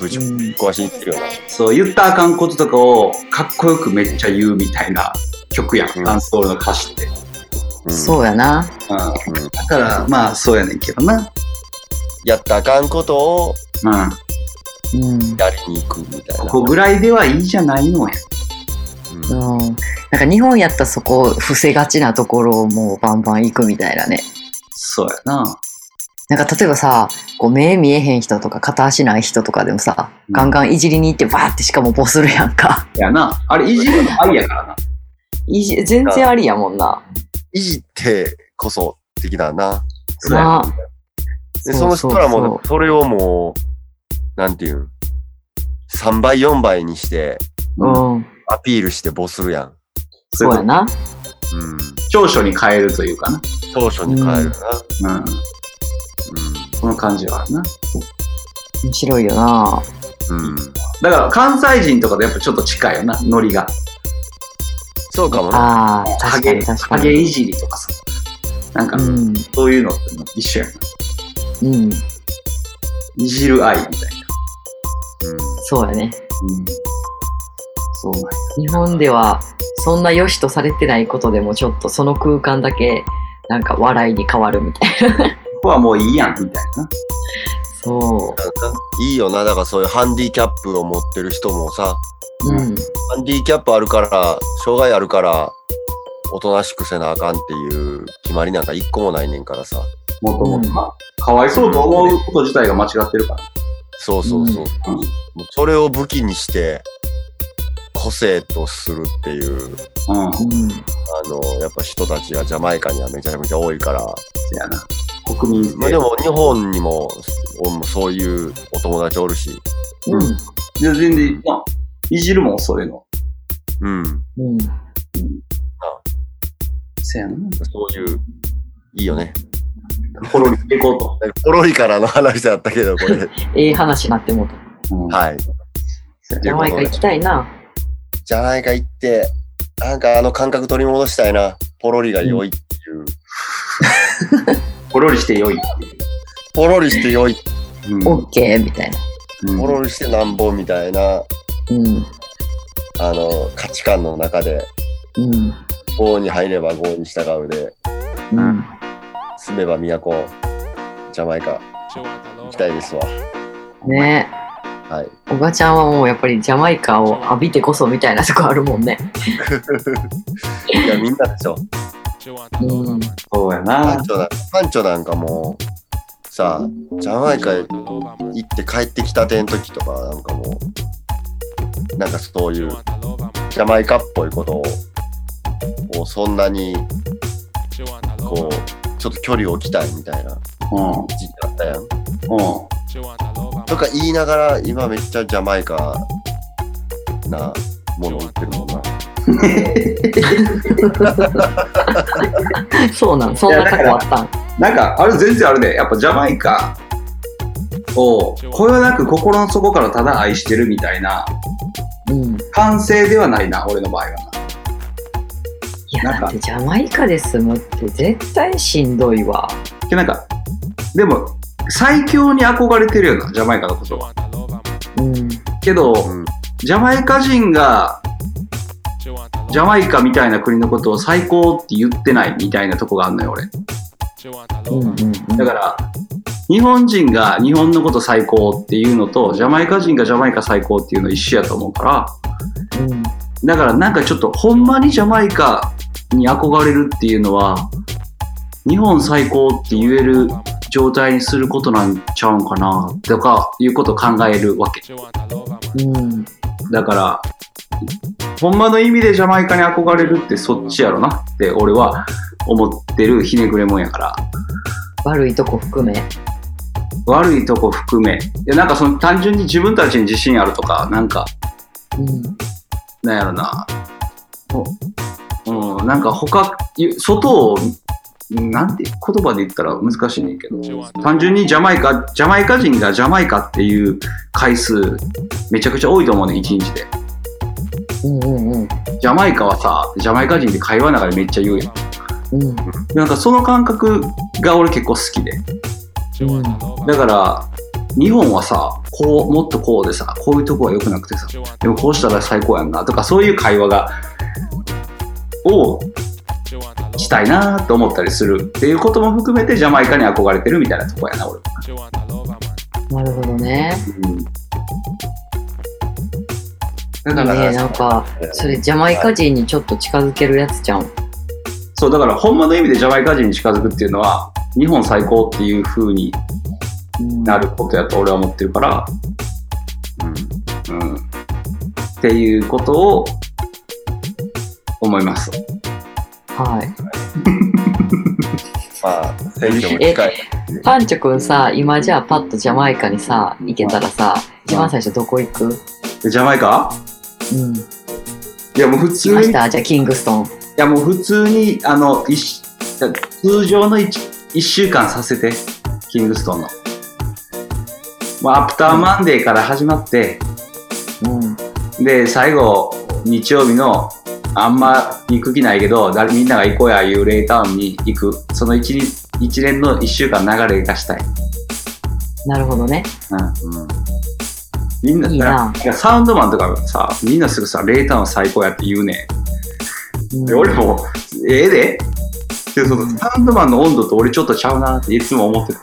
C: ぶち壊しに行ってるよ
B: そう、言ったらあかんこととかを、かっこよくめっちゃ言うみたいな曲や。
C: うんん
B: ダンスホールの歌詞って。
C: な、
A: そうやな。
B: うん。だから、まあ、そうやねんけどな。
C: やったらあかんことを
B: うん。
A: うん。
C: やりに行くみたいな
B: ここぐらいではいいじゃないのや。
C: うん
A: うん、なんか日本やったらそこを伏せがちなところをもうバンバン行くみたいなね。
B: そうやな。
A: なんか例えばさ、こう目見えへん人とか片足ない人とかでもさ、
B: うん
A: ガンガンいじりに行ってバーってしかもボスるやんか。
B: やな。あれ、いじるのありやからな。
A: いじ全然ありやもんな。
C: いじってこそ的だな
B: うや
A: なあ
C: でその人
A: そ
C: ら
A: うそう
C: もそれをもうなんていうん3倍4倍にして
A: そううん。
C: アピールしてボスるやん、
A: そうやな。
C: うん、
B: 長所に変えるというかな。
C: 当初に変えるな、
B: うん。この感じはあるな。
A: 面白いよな。
C: うんうん、
B: だから、関西人とかとやっぱちょっと近いよな、ノリが。
C: そうかもな
A: ああ、確かに確か
B: ハゲ
A: に。
B: いじりとかさ。なんか
A: う、ん。
B: そういうのって一緒やな。
A: うん。
B: いじる愛みたいな。
A: そうやね。
B: うん。そうなんや。
A: 日本ではそんな良しとされてないことでもちょっとその空間だけなんか笑いに変わるみたいな。
B: ここはもういいやん、みたいな。
A: そ
C: いいよな、だからそういうハンディキャップを持ってる人もさ、
A: う。うん。
C: ハンディキャップあるから、障害あるから、おとなしくせなあかんっていう決まりなんか一個もないねんからさ。
B: もともとな。かわいそうと思うこと自体が間違ってるから。
C: そうそうそう。
B: うん
C: もうそれを武器にして、個性とするっていう、
B: うん。そ
A: うん。
C: あの、やっぱ人たちがジャマイカにはめちゃめちゃ多いから。
B: うやな。国民
C: まあ
B: 性
C: でも日本にも、おそういうお友達おるし、
A: うん。
B: で全然、まあ、いじるもん、そういうの。
C: う
A: う
C: ん。
A: ん。
B: せやな。
C: そういう、いいよね。
B: ポロリしていこうと。
C: ポロリからの話だったけど、これ。
A: ええ話になってもうた。
C: はい。
A: ジャマイカ行きたいな。
C: ジャマイカ行って、なんかあの感覚取り戻したいな。ポロリが良いっていう。
B: ポロリしてよい。
C: ポロリして良い。
A: オッケーみたいな。
B: うん
C: ポロリしてなんぼみたいな、
A: うん。
C: あの、価値観の中で、
A: うん。
C: 郷に入れば郷に従うで、
A: うん。
C: 住めば都、ジャマイカ、行きたいですわ。
A: ね
C: はい。
A: え。おばちゃんはもうやっぱりジャマイカを浴びてこそみたいなとこあるもんね。
C: いや、みんなでしょ。
A: うん。
B: そうや
C: パ
B: な
C: ン。チョなんパンチョなんかもう、さあ、ジャマイカ行って帰ってきたての時とか、なんかもう、なんかそういう、ジャマイカっぽいことを、こうそんなに、こう、ちょっと距離を置きたいみたいな
B: うん。
C: 時期だったやん。
B: うん。
C: とか言いながら、今めっちゃジャマイカなもの売ってるもんな。
A: そうなんそんな過去あったん
B: なんか、あれ全然あるね。やっぱジャマイカを、こよなく心の底からただ愛してるみたいな、
A: うん
B: 完成ではないな、俺の場合はな。
A: いや
B: なんか
A: だってジャマイカで住むって絶対しんどいわ
B: けどなんか、でも、最強に憧れてるよな、ジャマイカのことは。
A: うん
B: けど、
C: ん
B: ジャマイカ人が、ジャマイカみたいな国のことを最高って言ってないみたいなとこがあるのよ、俺。
A: うんうんうん
B: だから、日本人が日本のこと最高っていうのと、ジャマイカ人がジャマイカ最高っていうの一緒やと思うから、
A: うん
B: だからなんかちょっとほんまにジャマイカに憧れるっていうのは日本最高って言える状態にすることなんちゃうんかなとかいうことを考えるわけ
A: うん
B: だからほんまの意味でジャマイカに憧れるってそっちやろなって俺は思ってるひねくれもんやから
A: 悪いとこ含め
B: 悪いとこ含めいやなんかその単純に自分たちに自信あるとかなんか
A: うん
B: なんやろな、おうん、なんか他、ゆ外を、なんて言葉で言ったら難しいねんけど、単純にジャマイカ、ジャマイカ人がジャマイカっていう回数、めちゃくちゃ多いと思うねん、一日で。
A: うんうんうん
B: ジャマイカはさ、ジャマイカ人って会話の中でめっちゃ言うやん。
A: うん
B: なんかその感覚が俺結構好きで。
A: うん
B: だから、日本はさ、こう、もっとこうでさ、こういうとこは良くなくてさ、でもこうしたら最高やんな、とかそういう会話が、をしたいなと思ったりするっていうことも含めてジャマイカに憧れてるみたいなとこやな俺、
A: なるほどねいいね
B: だから、
A: なんかそれジャマイカ人にちょっと近づけるやつじゃん
B: そうだからほんまの意味でジャマイカ人に近づくっていうのは日本最高っていう風に
A: うん
B: なることやと俺は思ってるから、うん、っていうことを思います
A: はい
C: まあ、選挙も近い。
A: パンチョくんさ、今じゃあパッとジャマイカにさ、行けたらさ、一番最初どこ行く
B: でジャマイカ
A: うん。
B: いやもう普
A: 来
B: 通
A: ま
B: に
A: し
B: い
A: たじゃあキングストン。
B: やもう普通にあの一通常の 1, 週間させてキングストンの、まあ、アフターマンデーから始まって、
A: うん。
B: で最後日曜日のあんま行く気ないけど誰みんなが行こうやいうレイタウンに行くその一日一連の1週間流れがしたい、
A: なるほどね。
B: うんみんない
A: いな。
B: いやサウンドマンとかがさみんなすぐさレイタウン最高やって言うね
A: うん
B: んで俺もええででそのサウンドマンの温度と俺ちょっとちゃうなっていつも思ってる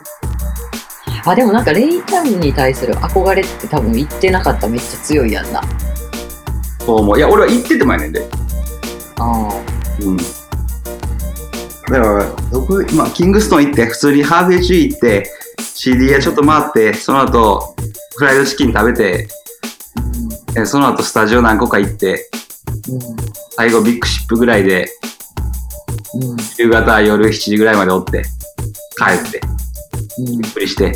A: あ、でもなんかレイタウンに対する憧れって多分言ってなかったらめっちゃ強いやんな。あ
B: そう思ういや俺は行っててもやねんで
A: あ。
B: うん。だから、僕、まあ、キングストン行って、普通にハーフェイジ行って、CD 屋ちょっと回って、その後、フライドチキン食べて、えその後スタジオ何個か行って、
A: う
B: 最後ビッグシップぐらいで、
A: ん。うん。うん。
B: 夕方夜7時ぐらいまでおって、帰って、ゆっくりして、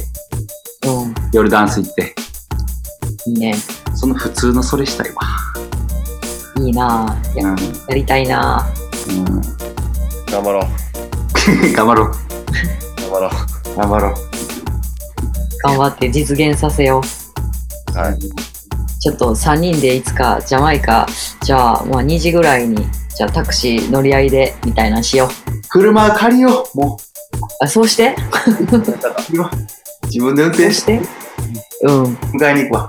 A: うん。うん
B: 夜ダンス行って、
A: いいね。
B: その普通のそれしたいわ。
A: いいなぁ。
B: う
A: や
B: ん。うん、
A: やりたいなぁ。
C: 頑張ろう。
B: 頑張ろう。
C: 頑張ろ
B: 頑張ろう。
A: 頑張って実現させよう。
C: う。はい。
A: ちょっと3人でいつかジャマイカ、じゃあ、まあ2時ぐらいに、じゃあタクシー乗り合いで、みたいなんしよう。
B: 車借りよう。も
A: あ、そうして
B: う、自分で運
A: そ
B: 転
A: うし
B: して
A: うん。
B: 迎えに行くわ。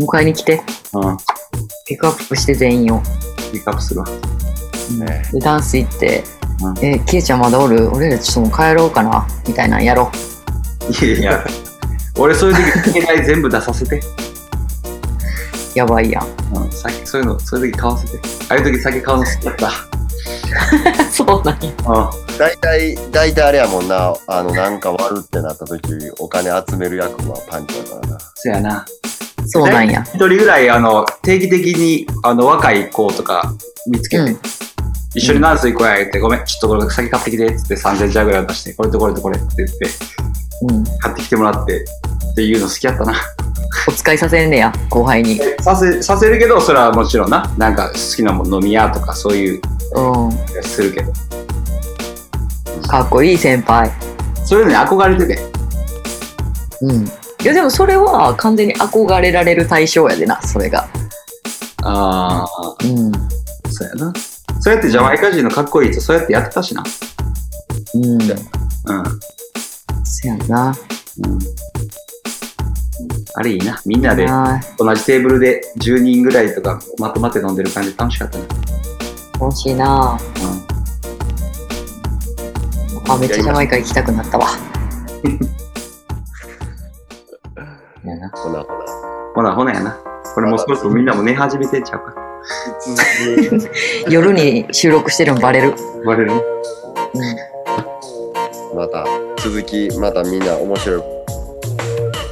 A: 迎えに来て。
B: うん。
A: ピックアップして全員を。
B: ピックアップするわ。
C: ね
A: で、ダンス行って、
B: うん
A: え、ケイちゃんまだおる俺らちょっともう帰ろうかな。みたいなんやろ
B: いやいや、俺そういう時、携帯全部出させて。
A: う。やばいやん。
B: うん、酒そういうの、そういう時買わせて。ああいう時酒買うの好きだった。
A: そうなんや。
B: う
C: 大体、大体あれやもんな、あの、なんか悪ってなった時、お金集める役はパンチだからな。
B: そやな。
A: そうなんや。
B: 一人ぐらい、あの、定期的に、あの、若い子とか見つけ
A: う
B: て、
A: ん。
B: 一緒にダンス行こうや、言って、ごめん、ちょっとこれ酒買ってきて、つって3000円ぐらい渡して、これとこれとこれって言って、
A: うん。
B: 買ってきてもらって、っていうの好きやったな。
A: お使いさせんねや、後輩に。
B: させ、させるけど、それはもちろんな。なんか好きなもの飲み屋とかそういう
A: うん。
B: 気がするけど。
A: かっこいい先輩。
B: そういうのに憧れてて。
A: うん。いや、でもそれは完全に憧れられる対象やでな、それが。
B: ああ、
A: うん。
B: そうやな。そうやってジャマイカ人のかっこいいと、そうやってやってたしな。
A: うん。
B: うん。
A: そやな。
B: うんあれいいな。みんなで
A: な
B: 同じテーブルで10人ぐらいとかまとまって飲んでる感じ楽しかったね。
A: 楽しいな。あ、めっちゃジャマイカ行きたくなったわ。
B: うん。やな。
C: ほなほ
B: ほらほらやな。これもう少しみんなも寝始めてんちゃうか。
C: な。
A: 夜に収録してるのバレる。
B: バレる
A: うん。
C: また続き、またみんな面白い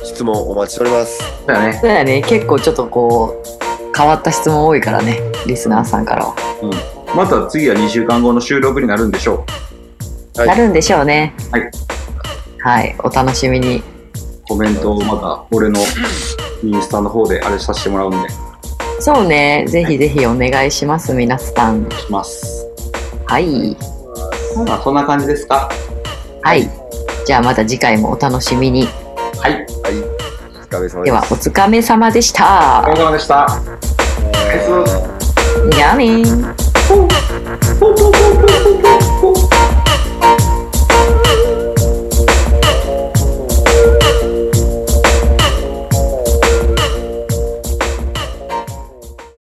C: 質問お待ちしております。
B: だね。
A: そうやね、結構ちょっとこう、変わった質問多いからね、リスナーさんからは。
B: また次は2週間後の収録になるんでしょ
C: はい
A: なるんでしょうね。
B: はい。
A: はい、お楽しみに。
B: う。コメントをまた俺のインスタの方であれさせてもらうんで、
A: そうね、ぜひぜひお願いします、皆さん。
B: します。
A: はい。
B: まあそんな感じですか。
A: はい。じゃあまた次回もお楽しみに。
B: はい。
C: はい。お疲れ様
A: で
C: で
A: は、
C: す。
A: お疲れ様でし
B: お疲
A: た
B: れ。様でした。お疲れ様です
A: じゃあねー。